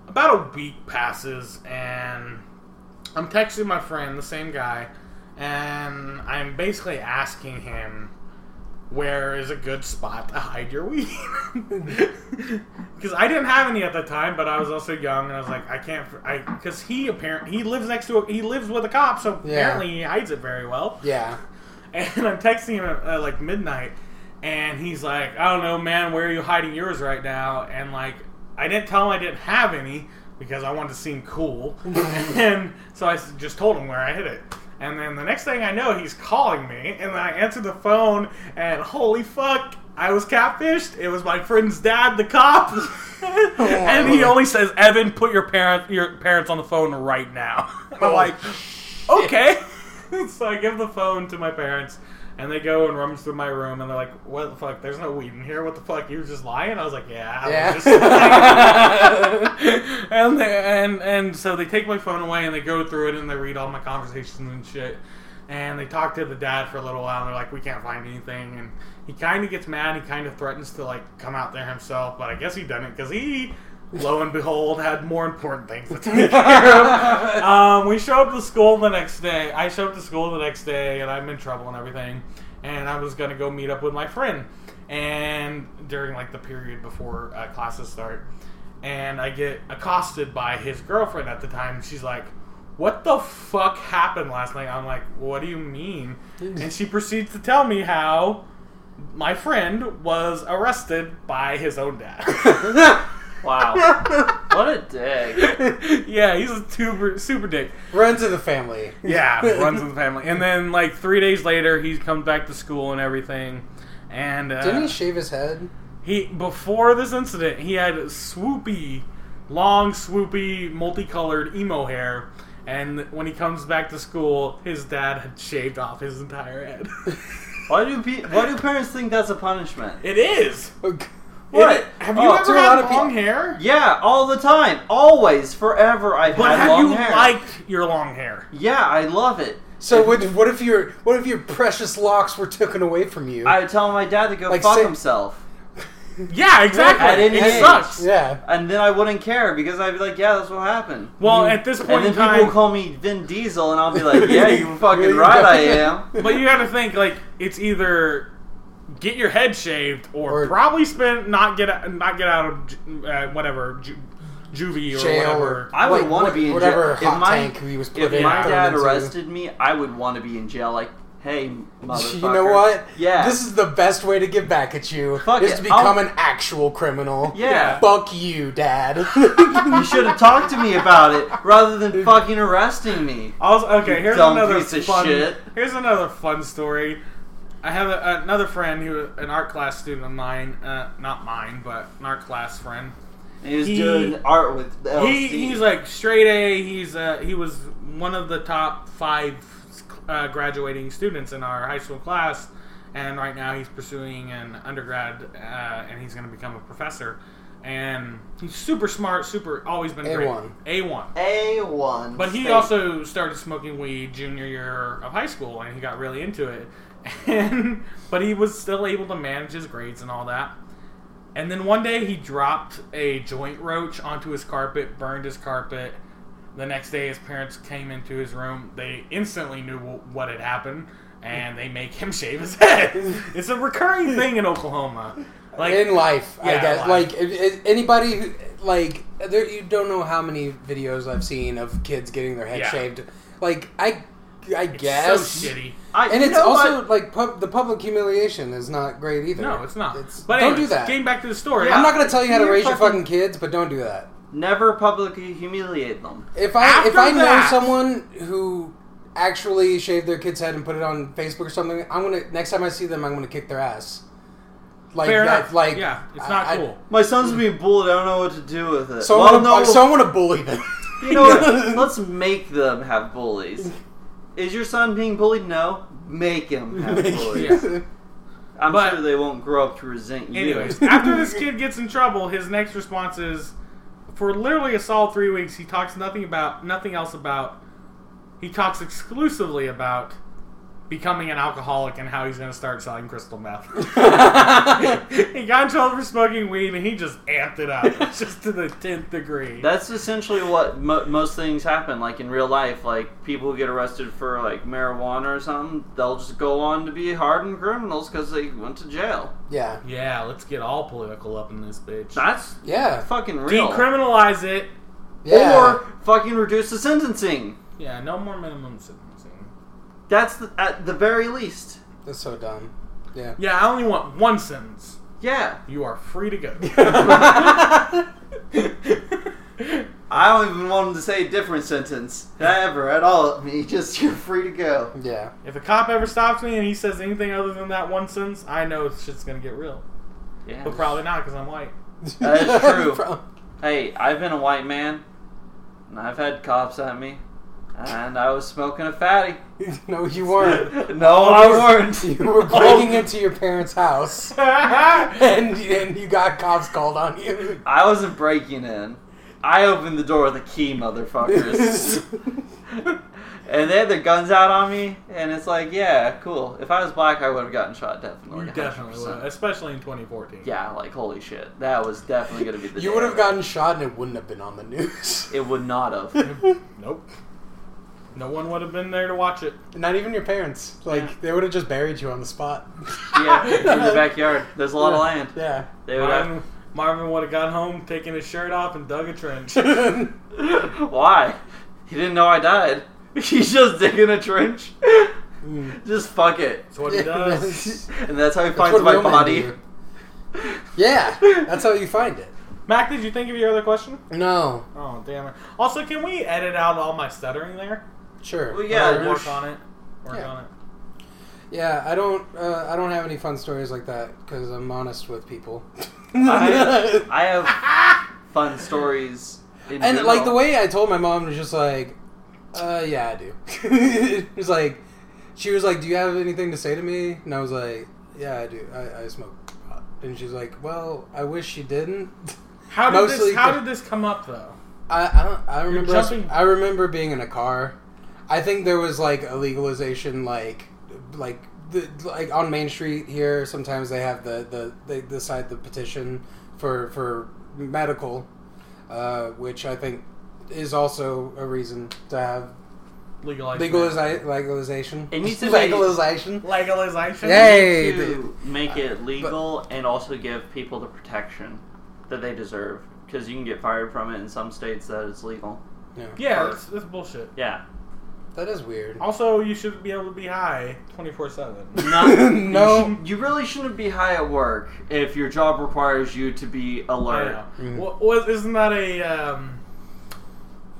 [SPEAKER 1] about a week passes, and I'm texting my friend, the same guy, and I'm basically asking him where is a good spot to hide your weed? Because I didn't have any at the time, but I was also young, and I was like, I can't. fr- I because he apparently he lives next to a, he lives with a cop, so
[SPEAKER 3] Yeah.
[SPEAKER 1] apparently he hides it very well.
[SPEAKER 3] Yeah.
[SPEAKER 1] And I'm texting him at uh, like midnight, and he's like, I don't know, man, where are you hiding yours right now? And like, I didn't tell him I didn't have any because I wanted to seem cool, and so I s- just told him where I hid it. And then the next thing I know, he's calling me, and I answer the phone, and holy fuck, I was catfished. It was my friend's dad, the cop,
[SPEAKER 4] and he only says, "Evan, put your parent your parents on the phone right now." And I'm like, okay.
[SPEAKER 1] so I give the phone to my parents, and they go and rummage through my room, and they're like, "What the fuck? There's no weed in here. What the fuck? You were just lying." I was like, "Yeah." I was
[SPEAKER 3] Yeah.
[SPEAKER 1] just-" and they, and and so they take my phone away, and they go through it, and they read all my conversations and shit. And they talk to the dad for a little while, and they're like, "We can't find anything." And he kind of gets mad. He kind of threatens to like come out there himself, but I guess he didn't because he, lo and behold, had more important things to take care of um, we show up to school the next day. I show up to school the next day, and I'm in trouble and everything. And I was gonna go meet up with my friend, and during like the period before uh, classes start, and I get accosted by his girlfriend at the time. She's like, "What the fuck happened last night?" I'm like, "What do you mean?" And she proceeds to tell me how my friend was arrested by his own dad.
[SPEAKER 2] Wow. what a dick.
[SPEAKER 1] yeah, he's a super super dick.
[SPEAKER 3] Runs in the family.
[SPEAKER 1] Yeah, runs in the family. And then like three days later, he comes back to school and everything. And uh,
[SPEAKER 3] Didn't he shave his head?
[SPEAKER 1] he before this incident, he had swoopy, long swoopy, multicolored emo hair. And when he comes back to school, his dad had shaved off his entire head.
[SPEAKER 2] Why do pe- why do parents think that's a punishment?
[SPEAKER 1] it is.
[SPEAKER 2] What?
[SPEAKER 1] It- have you
[SPEAKER 2] Oh,
[SPEAKER 3] to
[SPEAKER 1] ever
[SPEAKER 3] a lot
[SPEAKER 1] had
[SPEAKER 3] of
[SPEAKER 1] long
[SPEAKER 3] people-
[SPEAKER 1] hair?
[SPEAKER 2] Yeah, all the time, always, forever. I've
[SPEAKER 1] But
[SPEAKER 2] had
[SPEAKER 1] have
[SPEAKER 2] long
[SPEAKER 1] you
[SPEAKER 2] hair.
[SPEAKER 1] liked your long hair?
[SPEAKER 2] yeah, I love it.
[SPEAKER 3] So what, what if your what if your precious locks were taken away from you?
[SPEAKER 2] I would tell my dad to go
[SPEAKER 3] Like,
[SPEAKER 2] fuck
[SPEAKER 3] say-
[SPEAKER 2] himself,
[SPEAKER 1] Yeah, exactly.
[SPEAKER 2] At any
[SPEAKER 1] it
[SPEAKER 2] age.
[SPEAKER 1] sucks.
[SPEAKER 3] yeah.
[SPEAKER 2] and then I wouldn't care because I'd be like, yeah, that's what happened.
[SPEAKER 1] Well, at this point
[SPEAKER 2] And then
[SPEAKER 1] in time,
[SPEAKER 2] people call me Vin Diesel, and I'll be like, yeah, you fucking
[SPEAKER 3] Really?
[SPEAKER 2] right, I am.
[SPEAKER 1] But you got to think like it's either get your head shaved or,
[SPEAKER 3] Or-
[SPEAKER 1] probably spend not get out- not get out of ju- uh, whatever ju- juvie or
[SPEAKER 3] Jail
[SPEAKER 1] whatever.
[SPEAKER 3] or
[SPEAKER 2] I would
[SPEAKER 3] like,
[SPEAKER 2] want to
[SPEAKER 3] what-
[SPEAKER 2] be in
[SPEAKER 3] whatever
[SPEAKER 2] jail.
[SPEAKER 3] hot
[SPEAKER 2] if my,
[SPEAKER 3] tank he was put
[SPEAKER 2] if
[SPEAKER 3] in.
[SPEAKER 2] my
[SPEAKER 3] thrown
[SPEAKER 2] dad
[SPEAKER 3] into.
[SPEAKER 2] arrested me, I would want to be in jail. Like, hey, motherfucker.
[SPEAKER 3] You know what?
[SPEAKER 2] Yeah.
[SPEAKER 3] This is the best way to get back at you.
[SPEAKER 2] Fuck
[SPEAKER 3] is
[SPEAKER 2] it,
[SPEAKER 3] to become
[SPEAKER 2] I'll-
[SPEAKER 3] an actual criminal.
[SPEAKER 2] Yeah.
[SPEAKER 3] Fuck you, Dad.
[SPEAKER 2] you should have talked to me about it rather than fucking arresting me.
[SPEAKER 1] Also, okay, here's
[SPEAKER 2] dumb
[SPEAKER 1] another
[SPEAKER 2] piece of
[SPEAKER 1] fun.
[SPEAKER 2] shit.
[SPEAKER 1] Here's another fun story. I have a, another friend who an art class student of mine, uh, not mine, but an art class friend.
[SPEAKER 2] And he was
[SPEAKER 1] He-
[SPEAKER 2] doing art with the LSD.
[SPEAKER 1] He, he's like straight A. He's uh, he was one of the top five uh, graduating students in our high school class, and right now he's pursuing an undergrad, uh, and he's going to become a professor. And he's super smart, super always been
[SPEAKER 3] A1.
[SPEAKER 1] great. A one.
[SPEAKER 2] A one.
[SPEAKER 1] But he also started smoking weed junior year of high school, and he got really into it. And but he was still able to manage his grades and all that. And then one day he dropped a joint roach onto his carpet, burned his carpet. The next day his parents came into his room. They instantly knew wh- what had happened, and they make him shave his head. It's a recurring thing in Oklahoma. Like
[SPEAKER 3] in life, I
[SPEAKER 1] Yeah, life.
[SPEAKER 3] guess. Like if- if anybody who, like there, you don't know how many videos I've seen of kids getting their head
[SPEAKER 1] Yeah.
[SPEAKER 3] shaved. Like I, I
[SPEAKER 1] it's
[SPEAKER 3] guess.
[SPEAKER 1] so shitty.
[SPEAKER 2] I,
[SPEAKER 3] And
[SPEAKER 2] you
[SPEAKER 3] it's
[SPEAKER 2] know
[SPEAKER 3] also
[SPEAKER 2] what?
[SPEAKER 3] like pub, the public humiliation is not great either.
[SPEAKER 1] No, it's not.
[SPEAKER 3] It's-
[SPEAKER 1] but
[SPEAKER 3] don't
[SPEAKER 1] anyways,
[SPEAKER 3] do that.
[SPEAKER 1] Getting back to the story,
[SPEAKER 3] I'm not gonna tell you how to
[SPEAKER 2] You're
[SPEAKER 3] raise your
[SPEAKER 2] fucking-
[SPEAKER 3] fucking kids, but don't do that.
[SPEAKER 2] never publicly humiliate them.
[SPEAKER 3] If I if
[SPEAKER 1] After
[SPEAKER 3] I know
[SPEAKER 1] that-
[SPEAKER 3] someone who actually shaved their kid's head and put it on Facebook or something, I'm gonna next time I see them, I'm gonna kick their ass. Like
[SPEAKER 1] Fair
[SPEAKER 3] that,
[SPEAKER 1] enough.
[SPEAKER 3] like
[SPEAKER 1] yeah, it's not
[SPEAKER 3] I- I-
[SPEAKER 1] cool.
[SPEAKER 2] My son's being bullied. I don't know what to do with it.
[SPEAKER 3] So
[SPEAKER 2] well,
[SPEAKER 3] I'm gonna,
[SPEAKER 2] no,
[SPEAKER 3] so I'm gonna bully them.
[SPEAKER 2] you know what? Let's make them have bullies. Is your son being bullied? No, make him have bullies.
[SPEAKER 1] Yeah.
[SPEAKER 2] I'm
[SPEAKER 1] But-
[SPEAKER 2] sure they won't grow up to resent you.
[SPEAKER 1] Anyways, after this kid gets in trouble, his next response is for literally a solid three weeks, he talks nothing about nothing else about. He talks exclusively about becoming an alcoholic and how he's going to start selling crystal meth. he got in trouble for smoking weed, and he just amped it up, just to the tenth degree.
[SPEAKER 2] That's essentially what mo- most things happen, like in real life. Like people who get arrested for like marijuana or something, they'll just go on to be hardened criminals because they went to jail.
[SPEAKER 3] Yeah.
[SPEAKER 1] yeah, let's get all political up in this bitch.
[SPEAKER 2] That's
[SPEAKER 3] Yeah.
[SPEAKER 2] fucking real.
[SPEAKER 1] Decriminalize it.
[SPEAKER 3] Yeah.
[SPEAKER 2] Or fucking reduce the sentencing.
[SPEAKER 1] Yeah, no more minimum sentencing.
[SPEAKER 2] That's the, at the very least.
[SPEAKER 3] That's so dumb. Yeah.
[SPEAKER 1] Yeah, I only want one sentence.
[SPEAKER 2] Yeah.
[SPEAKER 1] You are free to go.
[SPEAKER 2] I don't even want him to say a different sentence ever at all. I mean, just you're free to go.
[SPEAKER 3] Yeah.
[SPEAKER 1] if a cop ever stops me and he says anything other than that one sentence, I know shit's gonna get real.
[SPEAKER 2] Yeah.
[SPEAKER 1] But probably not because I'm white.
[SPEAKER 2] That is true.
[SPEAKER 3] Pro-
[SPEAKER 2] Hey, I've been a white man, and I've had cops at me, and I was smoking a fatty.
[SPEAKER 3] no, you weren't.
[SPEAKER 2] No, I weren't.
[SPEAKER 3] You were breaking into your parents' house, and and you got cops called on you.
[SPEAKER 2] I wasn't breaking in. I opened the door with a key, motherfuckers. and they had their guns out on me, and it's like, yeah, cool. If I was black, I would have gotten shot, definitely.
[SPEAKER 1] you definitely
[SPEAKER 2] 100%.
[SPEAKER 1] would, especially in 2014.
[SPEAKER 2] Yeah, like, holy shit. That was definitely going to be the
[SPEAKER 3] you
[SPEAKER 2] day.
[SPEAKER 3] would have gotten shot, and it wouldn't have been on the news.
[SPEAKER 2] It would not have.
[SPEAKER 1] Nope. No one would have been there to watch it.
[SPEAKER 3] Not even your parents. Like
[SPEAKER 2] Yeah.
[SPEAKER 3] they would have just buried you on the spot.
[SPEAKER 2] yeah, in the backyard. There's a lot of land.
[SPEAKER 3] Yeah.
[SPEAKER 2] They would have.
[SPEAKER 1] Marvin, Marvin would have got home, taken his shirt off, and dug a trench.
[SPEAKER 2] Why? He didn't know I died. He's just digging a trench. just fuck it.
[SPEAKER 1] That's what he does.
[SPEAKER 2] And that's how he
[SPEAKER 3] Mm. That's
[SPEAKER 2] finds
[SPEAKER 3] what
[SPEAKER 2] my
[SPEAKER 3] real men
[SPEAKER 2] body.
[SPEAKER 3] do. Yeah, that's how you find it.
[SPEAKER 1] Mac, did you think of your other question?
[SPEAKER 3] No,
[SPEAKER 1] Oh, damn it. Also, can we edit out all my stuttering there?
[SPEAKER 3] sure.
[SPEAKER 2] Well, yeah,
[SPEAKER 3] Or-
[SPEAKER 2] there's-
[SPEAKER 1] Work on it. Work
[SPEAKER 3] Yeah.
[SPEAKER 1] on it.
[SPEAKER 3] yeah. I don't. Uh, I don't have any fun stories like that because I'm honest with people.
[SPEAKER 2] I, I have fun stories. In
[SPEAKER 3] and
[SPEAKER 2] general.
[SPEAKER 3] like the way I told my mom was just like, uh, yeah, I do. it was like, she was like, "Do you have anything to say to me?" And I was like, "Yeah, I do. I, I smoke pot." And she's like, "well, I wish you didn't."
[SPEAKER 1] How did
[SPEAKER 3] Mostly
[SPEAKER 1] this? How
[SPEAKER 3] the-
[SPEAKER 1] did this come up though?
[SPEAKER 3] I I, don't, I remember us-
[SPEAKER 1] jumping-
[SPEAKER 3] I remember being in a car. I think there was like a legalization, like like the, like on Main Street here. Sometimes they have the the they decide the petition for for medical, uh, which I think is also a reason to have
[SPEAKER 1] Legalization.
[SPEAKER 3] legaliza- legalization.
[SPEAKER 2] It needs to be-
[SPEAKER 3] legalization.
[SPEAKER 1] Legalization.
[SPEAKER 3] Yeah. Hey,
[SPEAKER 2] to make it legal and also give people the protection that they deserve because you can get fired from it in some states that it's legal.
[SPEAKER 3] Yeah.
[SPEAKER 1] Yeah, that's, that's bullshit.
[SPEAKER 2] Yeah,
[SPEAKER 3] that is weird.
[SPEAKER 1] Also, you should be able to be high twenty four seven.
[SPEAKER 2] Not-
[SPEAKER 3] No.
[SPEAKER 2] you, shouldn't- you really shouldn't be high at work if your job requires you to be alert.
[SPEAKER 3] Mm.
[SPEAKER 1] What isn't that a um,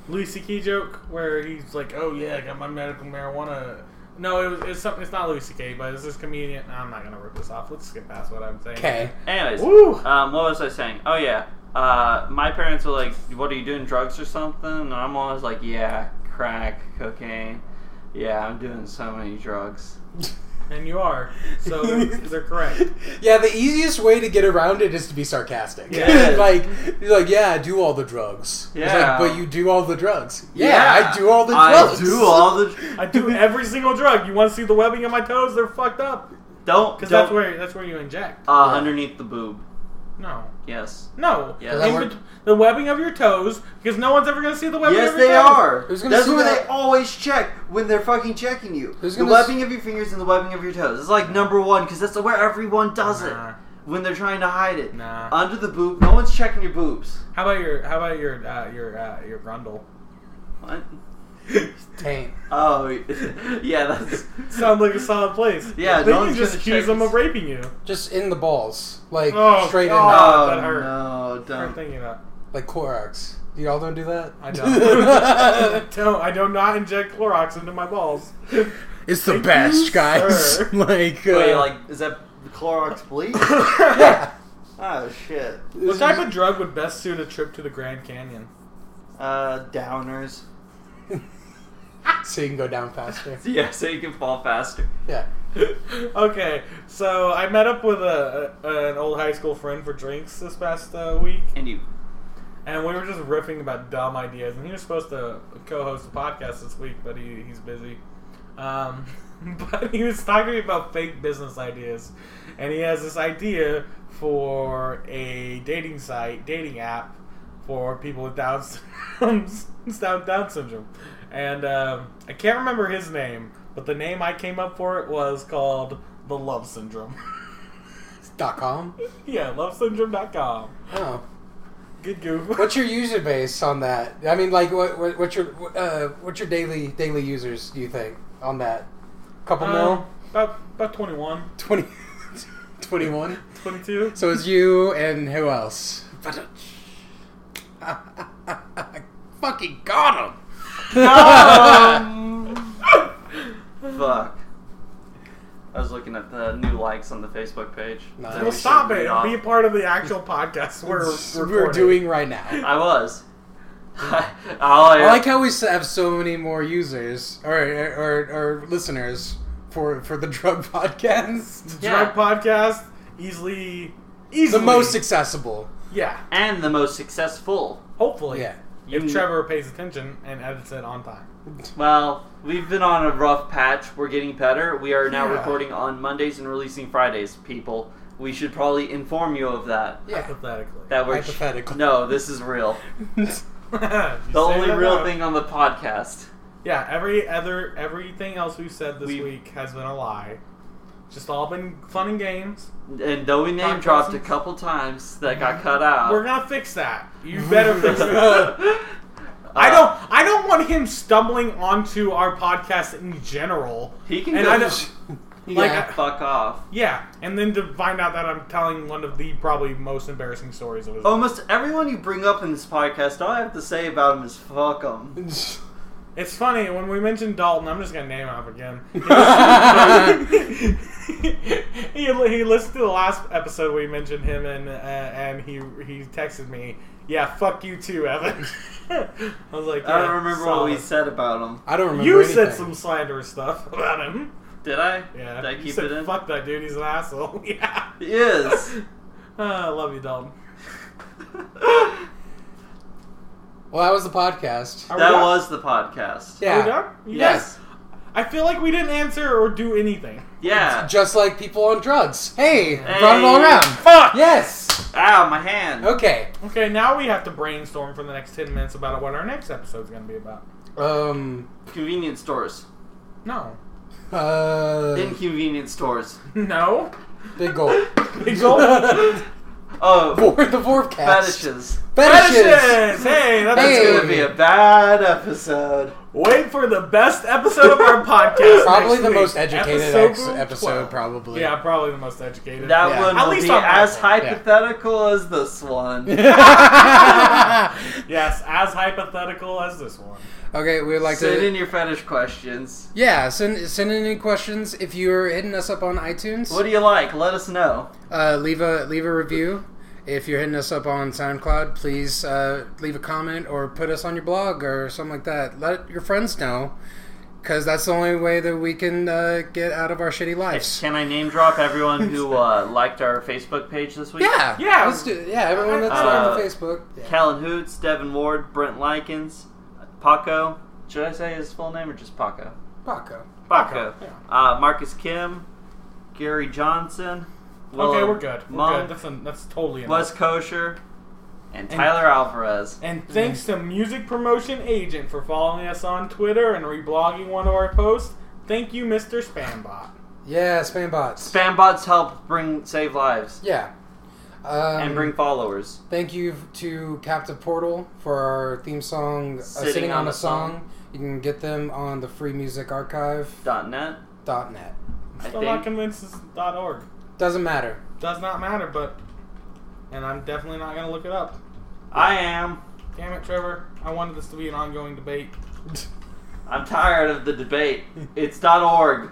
[SPEAKER 1] Louis C.K. joke where he's like, "Oh yeah, I got my medical marijuana." No, it was, it's something. It's not Louis C.K., but it's this comedian. I'm not gonna rip this off. Let's skip past what I'm saying.
[SPEAKER 3] Okay.
[SPEAKER 2] Anyways,
[SPEAKER 1] Woo.
[SPEAKER 2] um, what was I saying? Oh yeah, uh, my parents were like, "What are you doing? Drugs or something?" And I'm always like, "Yeah, crack, cocaine. Yeah, I'm doing so many drugs."
[SPEAKER 1] And you are, so they're, they're correct.
[SPEAKER 3] Yeah, the easiest way to get around it is to be sarcastic.
[SPEAKER 2] Yeah.
[SPEAKER 3] like you're like, yeah, I do all the drugs. It's
[SPEAKER 2] Yeah.
[SPEAKER 3] like, but you do all the drugs. Yeah, I do all the drugs.
[SPEAKER 2] I do all the.
[SPEAKER 1] I do every single drug. You want to see the webbing on my toes? They're fucked up.
[SPEAKER 2] Don't
[SPEAKER 1] Because
[SPEAKER 2] don't
[SPEAKER 1] that's where that's where you inject.
[SPEAKER 2] uh, underneath the boob.
[SPEAKER 1] No,
[SPEAKER 2] Yes.
[SPEAKER 1] no.
[SPEAKER 2] Yeah. Does
[SPEAKER 3] that
[SPEAKER 1] In
[SPEAKER 3] work?
[SPEAKER 1] bet- the webbing of your toes, because no one's ever gonna see the webbing.
[SPEAKER 2] Yes,
[SPEAKER 1] of your
[SPEAKER 2] they
[SPEAKER 1] toes.
[SPEAKER 2] are.
[SPEAKER 3] Who's
[SPEAKER 2] That's
[SPEAKER 3] gonna see
[SPEAKER 2] where
[SPEAKER 3] that?
[SPEAKER 2] they always check when they're fucking checking you.
[SPEAKER 3] Who's
[SPEAKER 2] the
[SPEAKER 3] gonna s-
[SPEAKER 2] webbing of your fingers and the webbing of your toes. It's like number one because that's where everyone does
[SPEAKER 1] Nah.
[SPEAKER 2] it when they're trying to hide it.
[SPEAKER 1] Nah.
[SPEAKER 2] Under the boob, no one's checking your boobs.
[SPEAKER 1] How about your How about your uh, your uh, your grundle?
[SPEAKER 2] What?
[SPEAKER 3] Taint.
[SPEAKER 2] Oh, yeah, that's.
[SPEAKER 1] Sounds like a solid place.
[SPEAKER 2] Yeah,
[SPEAKER 1] They
[SPEAKER 2] no
[SPEAKER 1] can
[SPEAKER 2] one's
[SPEAKER 1] just
[SPEAKER 2] gonna
[SPEAKER 1] accuse
[SPEAKER 2] check
[SPEAKER 1] them
[SPEAKER 2] us.
[SPEAKER 1] of raping you.
[SPEAKER 3] Just in the balls, like
[SPEAKER 1] Oh,
[SPEAKER 3] straight
[SPEAKER 1] God.
[SPEAKER 2] oh,
[SPEAKER 1] that hurt.
[SPEAKER 2] no,
[SPEAKER 1] I'm
[SPEAKER 2] don't.
[SPEAKER 1] thinking that.
[SPEAKER 3] in, like Clorox. Y'all don't do that.
[SPEAKER 1] I don't. don't. I do not inject Clorox into my balls.
[SPEAKER 3] it's the
[SPEAKER 1] Thank
[SPEAKER 3] best,
[SPEAKER 1] you,
[SPEAKER 3] guys.
[SPEAKER 1] sir.
[SPEAKER 3] like, uh,
[SPEAKER 2] Wait, like, is that the Clorox bleach?
[SPEAKER 3] yeah.
[SPEAKER 2] oh, shit.
[SPEAKER 1] What type of drug would best suit a trip to the Grand Canyon?
[SPEAKER 2] Uh, downers.
[SPEAKER 3] so you can go down faster.
[SPEAKER 2] Yeah, so you can fall faster.
[SPEAKER 3] Yeah.
[SPEAKER 1] okay, so I met up with a, a an old high school friend for drinks this past uh, week,
[SPEAKER 2] And you.
[SPEAKER 1] and we were just riffing about dumb ideas. And he was supposed to co-host the podcast this week, but he, he's busy. Um, but he was talking to me about fake business ideas, and he has this idea for a dating site, dating app for people with Down Down Down syndrome, and um, I can't remember his name, but the name I came up for it was called the Love Syndrome.
[SPEAKER 3] Dot com.
[SPEAKER 1] yeah, lovesyndrome.com.
[SPEAKER 3] Oh,
[SPEAKER 1] Good goof.
[SPEAKER 3] what's your user base on that? I mean, like, what, what what's your uh, what's your daily daily users? Do you think on that? Couple
[SPEAKER 1] Uh,
[SPEAKER 3] mil,
[SPEAKER 1] about about 21,
[SPEAKER 3] 20, 21?
[SPEAKER 1] 22.
[SPEAKER 3] So it's you and who else? Fucking got him.
[SPEAKER 2] Um, Fuck. I was looking at the new likes on the Facebook page.
[SPEAKER 3] Nice.
[SPEAKER 2] that
[SPEAKER 3] Well,
[SPEAKER 2] we
[SPEAKER 1] Well, stop
[SPEAKER 2] should
[SPEAKER 1] it
[SPEAKER 2] read
[SPEAKER 1] and
[SPEAKER 2] off.
[SPEAKER 1] be a part of the actual podcast we're,
[SPEAKER 3] we're
[SPEAKER 1] recording.
[SPEAKER 3] doing right now.
[SPEAKER 2] I was. All I,
[SPEAKER 3] I like how we s- have so many more users or or, or listeners for for the drug podcast.
[SPEAKER 2] Yeah.
[SPEAKER 1] drug podcast easily, easily
[SPEAKER 3] The most accessible.
[SPEAKER 1] yeah.
[SPEAKER 2] and the most successful.
[SPEAKER 1] Hopefully,
[SPEAKER 3] Yeah.
[SPEAKER 1] If
[SPEAKER 2] You-
[SPEAKER 1] Trevor pays attention and edits it on time,
[SPEAKER 2] Well, we've been on a rough patch. We're getting better. We are now
[SPEAKER 1] Yeah.
[SPEAKER 2] recording on Mondays and releasing Fridays, people. We should probably inform you of that.
[SPEAKER 3] Yeah.
[SPEAKER 1] hypothetically.
[SPEAKER 2] That we're
[SPEAKER 3] Hypothetical.
[SPEAKER 2] no, this is real.
[SPEAKER 1] You
[SPEAKER 2] The
[SPEAKER 1] say
[SPEAKER 2] only
[SPEAKER 1] that
[SPEAKER 2] real
[SPEAKER 1] out.
[SPEAKER 2] thing on the podcast.
[SPEAKER 1] Yeah, every other everything else we've said this
[SPEAKER 2] We-
[SPEAKER 1] week has been a lie. Just all been fun and games.
[SPEAKER 2] And though we name
[SPEAKER 1] Podcast?
[SPEAKER 2] dropped a couple times, that got cut out.
[SPEAKER 1] We're gonna fix that. You better fix it.
[SPEAKER 2] Uh,
[SPEAKER 1] I don't. I don't want him stumbling onto our podcast in general.
[SPEAKER 2] He can
[SPEAKER 1] And
[SPEAKER 2] go.
[SPEAKER 1] I know-
[SPEAKER 2] he
[SPEAKER 3] like-
[SPEAKER 2] can fuck off.
[SPEAKER 1] Yeah, and then to find out that I'm telling one of the probably most embarrassing stories of his. life.
[SPEAKER 2] Almost everyone you bring up in this podcast, all I have to say about him is fuck him.
[SPEAKER 1] It's funny when we mentioned Dalton. I'm just gonna name him up again. he, he listened to the last episode we mentioned him and uh, and he he texted me, yeah, fuck you too, Evan. I was like,
[SPEAKER 2] I
[SPEAKER 1] "Yeah,
[SPEAKER 2] don't remember what
[SPEAKER 1] solid."
[SPEAKER 2] we said about him.
[SPEAKER 3] I don't remember.
[SPEAKER 1] You
[SPEAKER 3] anything.
[SPEAKER 1] said some slanderous stuff about him.
[SPEAKER 2] Did I?
[SPEAKER 1] Yeah,
[SPEAKER 2] Did I
[SPEAKER 1] you
[SPEAKER 2] keep
[SPEAKER 1] said,
[SPEAKER 2] it in?
[SPEAKER 1] Fuck that dude. He's an asshole. yeah.
[SPEAKER 2] He is.
[SPEAKER 1] Uh, I love you, Dalton.
[SPEAKER 3] Well, that was the podcast.
[SPEAKER 1] Are we
[SPEAKER 2] that
[SPEAKER 1] done?
[SPEAKER 2] was the podcast.
[SPEAKER 1] Are we
[SPEAKER 3] Yeah.
[SPEAKER 1] done? You guys-
[SPEAKER 2] Yes.
[SPEAKER 1] I feel like we didn't answer or do anything.
[SPEAKER 2] Yeah.
[SPEAKER 3] Just like people on drugs. Hey, brought it all
[SPEAKER 2] Hey.
[SPEAKER 3] around.
[SPEAKER 1] Fuck.
[SPEAKER 3] Yes.
[SPEAKER 2] Ow, my hand.
[SPEAKER 3] Okay.
[SPEAKER 1] Okay, now we have to brainstorm for the next 10 minutes about what our next episode's going to be about.
[SPEAKER 3] Um.
[SPEAKER 2] Convenience stores.
[SPEAKER 1] No.
[SPEAKER 3] Uh.
[SPEAKER 2] Inconvenience stores.
[SPEAKER 1] No.
[SPEAKER 3] Big goal.
[SPEAKER 1] Big goal.
[SPEAKER 2] Oh,
[SPEAKER 3] Board the forecast.
[SPEAKER 2] fetishes.
[SPEAKER 1] Fetishes! Hey, that's
[SPEAKER 2] That's
[SPEAKER 3] Hey.
[SPEAKER 1] good.
[SPEAKER 2] gonna be a bad episode.
[SPEAKER 1] Wait for the best episode of our podcast.
[SPEAKER 3] Probably
[SPEAKER 1] next
[SPEAKER 3] the
[SPEAKER 1] week.
[SPEAKER 3] most educated
[SPEAKER 1] Episode
[SPEAKER 3] ex-
[SPEAKER 1] 12.
[SPEAKER 3] episode. Probably.
[SPEAKER 1] Yeah, probably the most educated.
[SPEAKER 2] That
[SPEAKER 3] Yeah.
[SPEAKER 2] one
[SPEAKER 1] At
[SPEAKER 2] will
[SPEAKER 1] least
[SPEAKER 2] be
[SPEAKER 1] on my
[SPEAKER 2] as
[SPEAKER 1] part,
[SPEAKER 3] yeah.
[SPEAKER 2] hypothetical as this one.
[SPEAKER 1] yes, as hypothetical as this one.
[SPEAKER 3] okay, we'd like
[SPEAKER 2] Send
[SPEAKER 3] to.
[SPEAKER 2] in your fetish questions.
[SPEAKER 3] Yeah, send send in any questions if you're hitting us up on iTunes.
[SPEAKER 2] What do you like? Let us know.
[SPEAKER 3] uh, leave a leave a review. If you're hitting us up on SoundCloud, please uh, leave a comment or put us on your blog or something like that. Let your friends know, because that's the only way that we can uh, get out of our shitty lives.
[SPEAKER 2] Can I name drop everyone who uh, liked our Facebook page this week?
[SPEAKER 3] Yeah,
[SPEAKER 1] Yeah.
[SPEAKER 3] let's do yeah. Everyone that's
[SPEAKER 2] Uh,
[SPEAKER 3] on the Facebook.
[SPEAKER 2] Callan Hoots, Devin Ward, Brent Likens, Paco. Should I say his full name or just Paco?
[SPEAKER 3] Paco.
[SPEAKER 2] Paco.
[SPEAKER 1] Paco,
[SPEAKER 2] Uh, Marcus Kim, Gary Johnson.
[SPEAKER 1] okay,
[SPEAKER 2] Willem
[SPEAKER 1] we're good. We're
[SPEAKER 2] Monk,
[SPEAKER 1] good. That's, a, that's totally enough.
[SPEAKER 2] Wes Kosher, and Tyler Alvarez.
[SPEAKER 1] And thanks to Music Promotion Agent for following us on Twitter and reblogging one of our posts. Thank you, Mr. Spambot.
[SPEAKER 3] Yeah, spam bots.
[SPEAKER 2] Spambots help bring save lives
[SPEAKER 3] yeah. Um,
[SPEAKER 2] and bring followers.
[SPEAKER 3] Thank you to Captive Portal for our theme song, uh, Sitting, on, a song. You can get them on the freemusicarchive.net.
[SPEAKER 2] Dot net. I
[SPEAKER 1] Still not
[SPEAKER 2] think.
[SPEAKER 1] convinced it's .org.
[SPEAKER 3] Doesn't matter.
[SPEAKER 1] Does not matter, but. And I'm definitely not going to look it up.
[SPEAKER 2] I am.
[SPEAKER 1] Damn it, Trevor. I wanted this to be an ongoing debate.
[SPEAKER 2] I'm tired of the debate. It's dot org.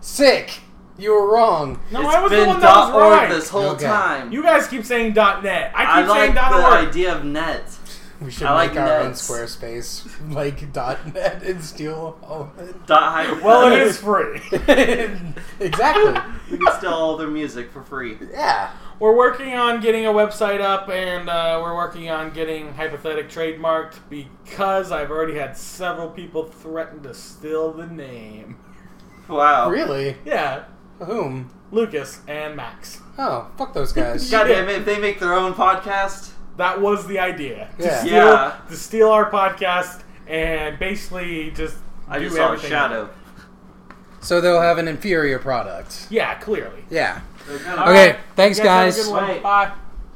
[SPEAKER 3] Sick! You were wrong.
[SPEAKER 1] No,
[SPEAKER 2] It's
[SPEAKER 1] I was
[SPEAKER 2] been
[SPEAKER 1] the one that
[SPEAKER 2] dot
[SPEAKER 1] was
[SPEAKER 2] org
[SPEAKER 1] right.
[SPEAKER 2] this whole
[SPEAKER 3] Okay.
[SPEAKER 2] time.
[SPEAKER 1] You guys keep saying .net. I
[SPEAKER 2] I
[SPEAKER 1] keep saying
[SPEAKER 2] like the
[SPEAKER 1] .org.
[SPEAKER 2] idea of net.
[SPEAKER 3] We should
[SPEAKER 2] I like
[SPEAKER 3] make our
[SPEAKER 2] notes.
[SPEAKER 3] own Squarespace, like .net, and steal all of
[SPEAKER 2] Dot hyper.
[SPEAKER 1] Well, it is free.
[SPEAKER 3] it. exactly.
[SPEAKER 2] We can steal all their music for free.
[SPEAKER 3] Yeah.
[SPEAKER 1] We're working on getting a website up, and uh, we're working on getting Hypothetic trademarked because I've already had several people threaten to steal the name.
[SPEAKER 2] Wow.
[SPEAKER 3] Really?
[SPEAKER 1] Yeah,
[SPEAKER 3] Whom?
[SPEAKER 1] Lucas and Max.
[SPEAKER 3] Oh, fuck those guys.
[SPEAKER 2] God damn it! If they make their own podcast,
[SPEAKER 1] That was the idea. To
[SPEAKER 3] Yeah.
[SPEAKER 1] steal,
[SPEAKER 2] Yeah.
[SPEAKER 1] To steal our podcast and basically just
[SPEAKER 2] I
[SPEAKER 1] do
[SPEAKER 2] just saw a
[SPEAKER 1] everything.
[SPEAKER 2] shadow.
[SPEAKER 3] So they'll have an inferior product.
[SPEAKER 1] Yeah, clearly.
[SPEAKER 3] Yeah.
[SPEAKER 2] They're gonna-
[SPEAKER 3] Okay. Thanks,
[SPEAKER 1] You guys have a
[SPEAKER 3] guys.
[SPEAKER 1] good one.
[SPEAKER 2] Wait.
[SPEAKER 1] Bye.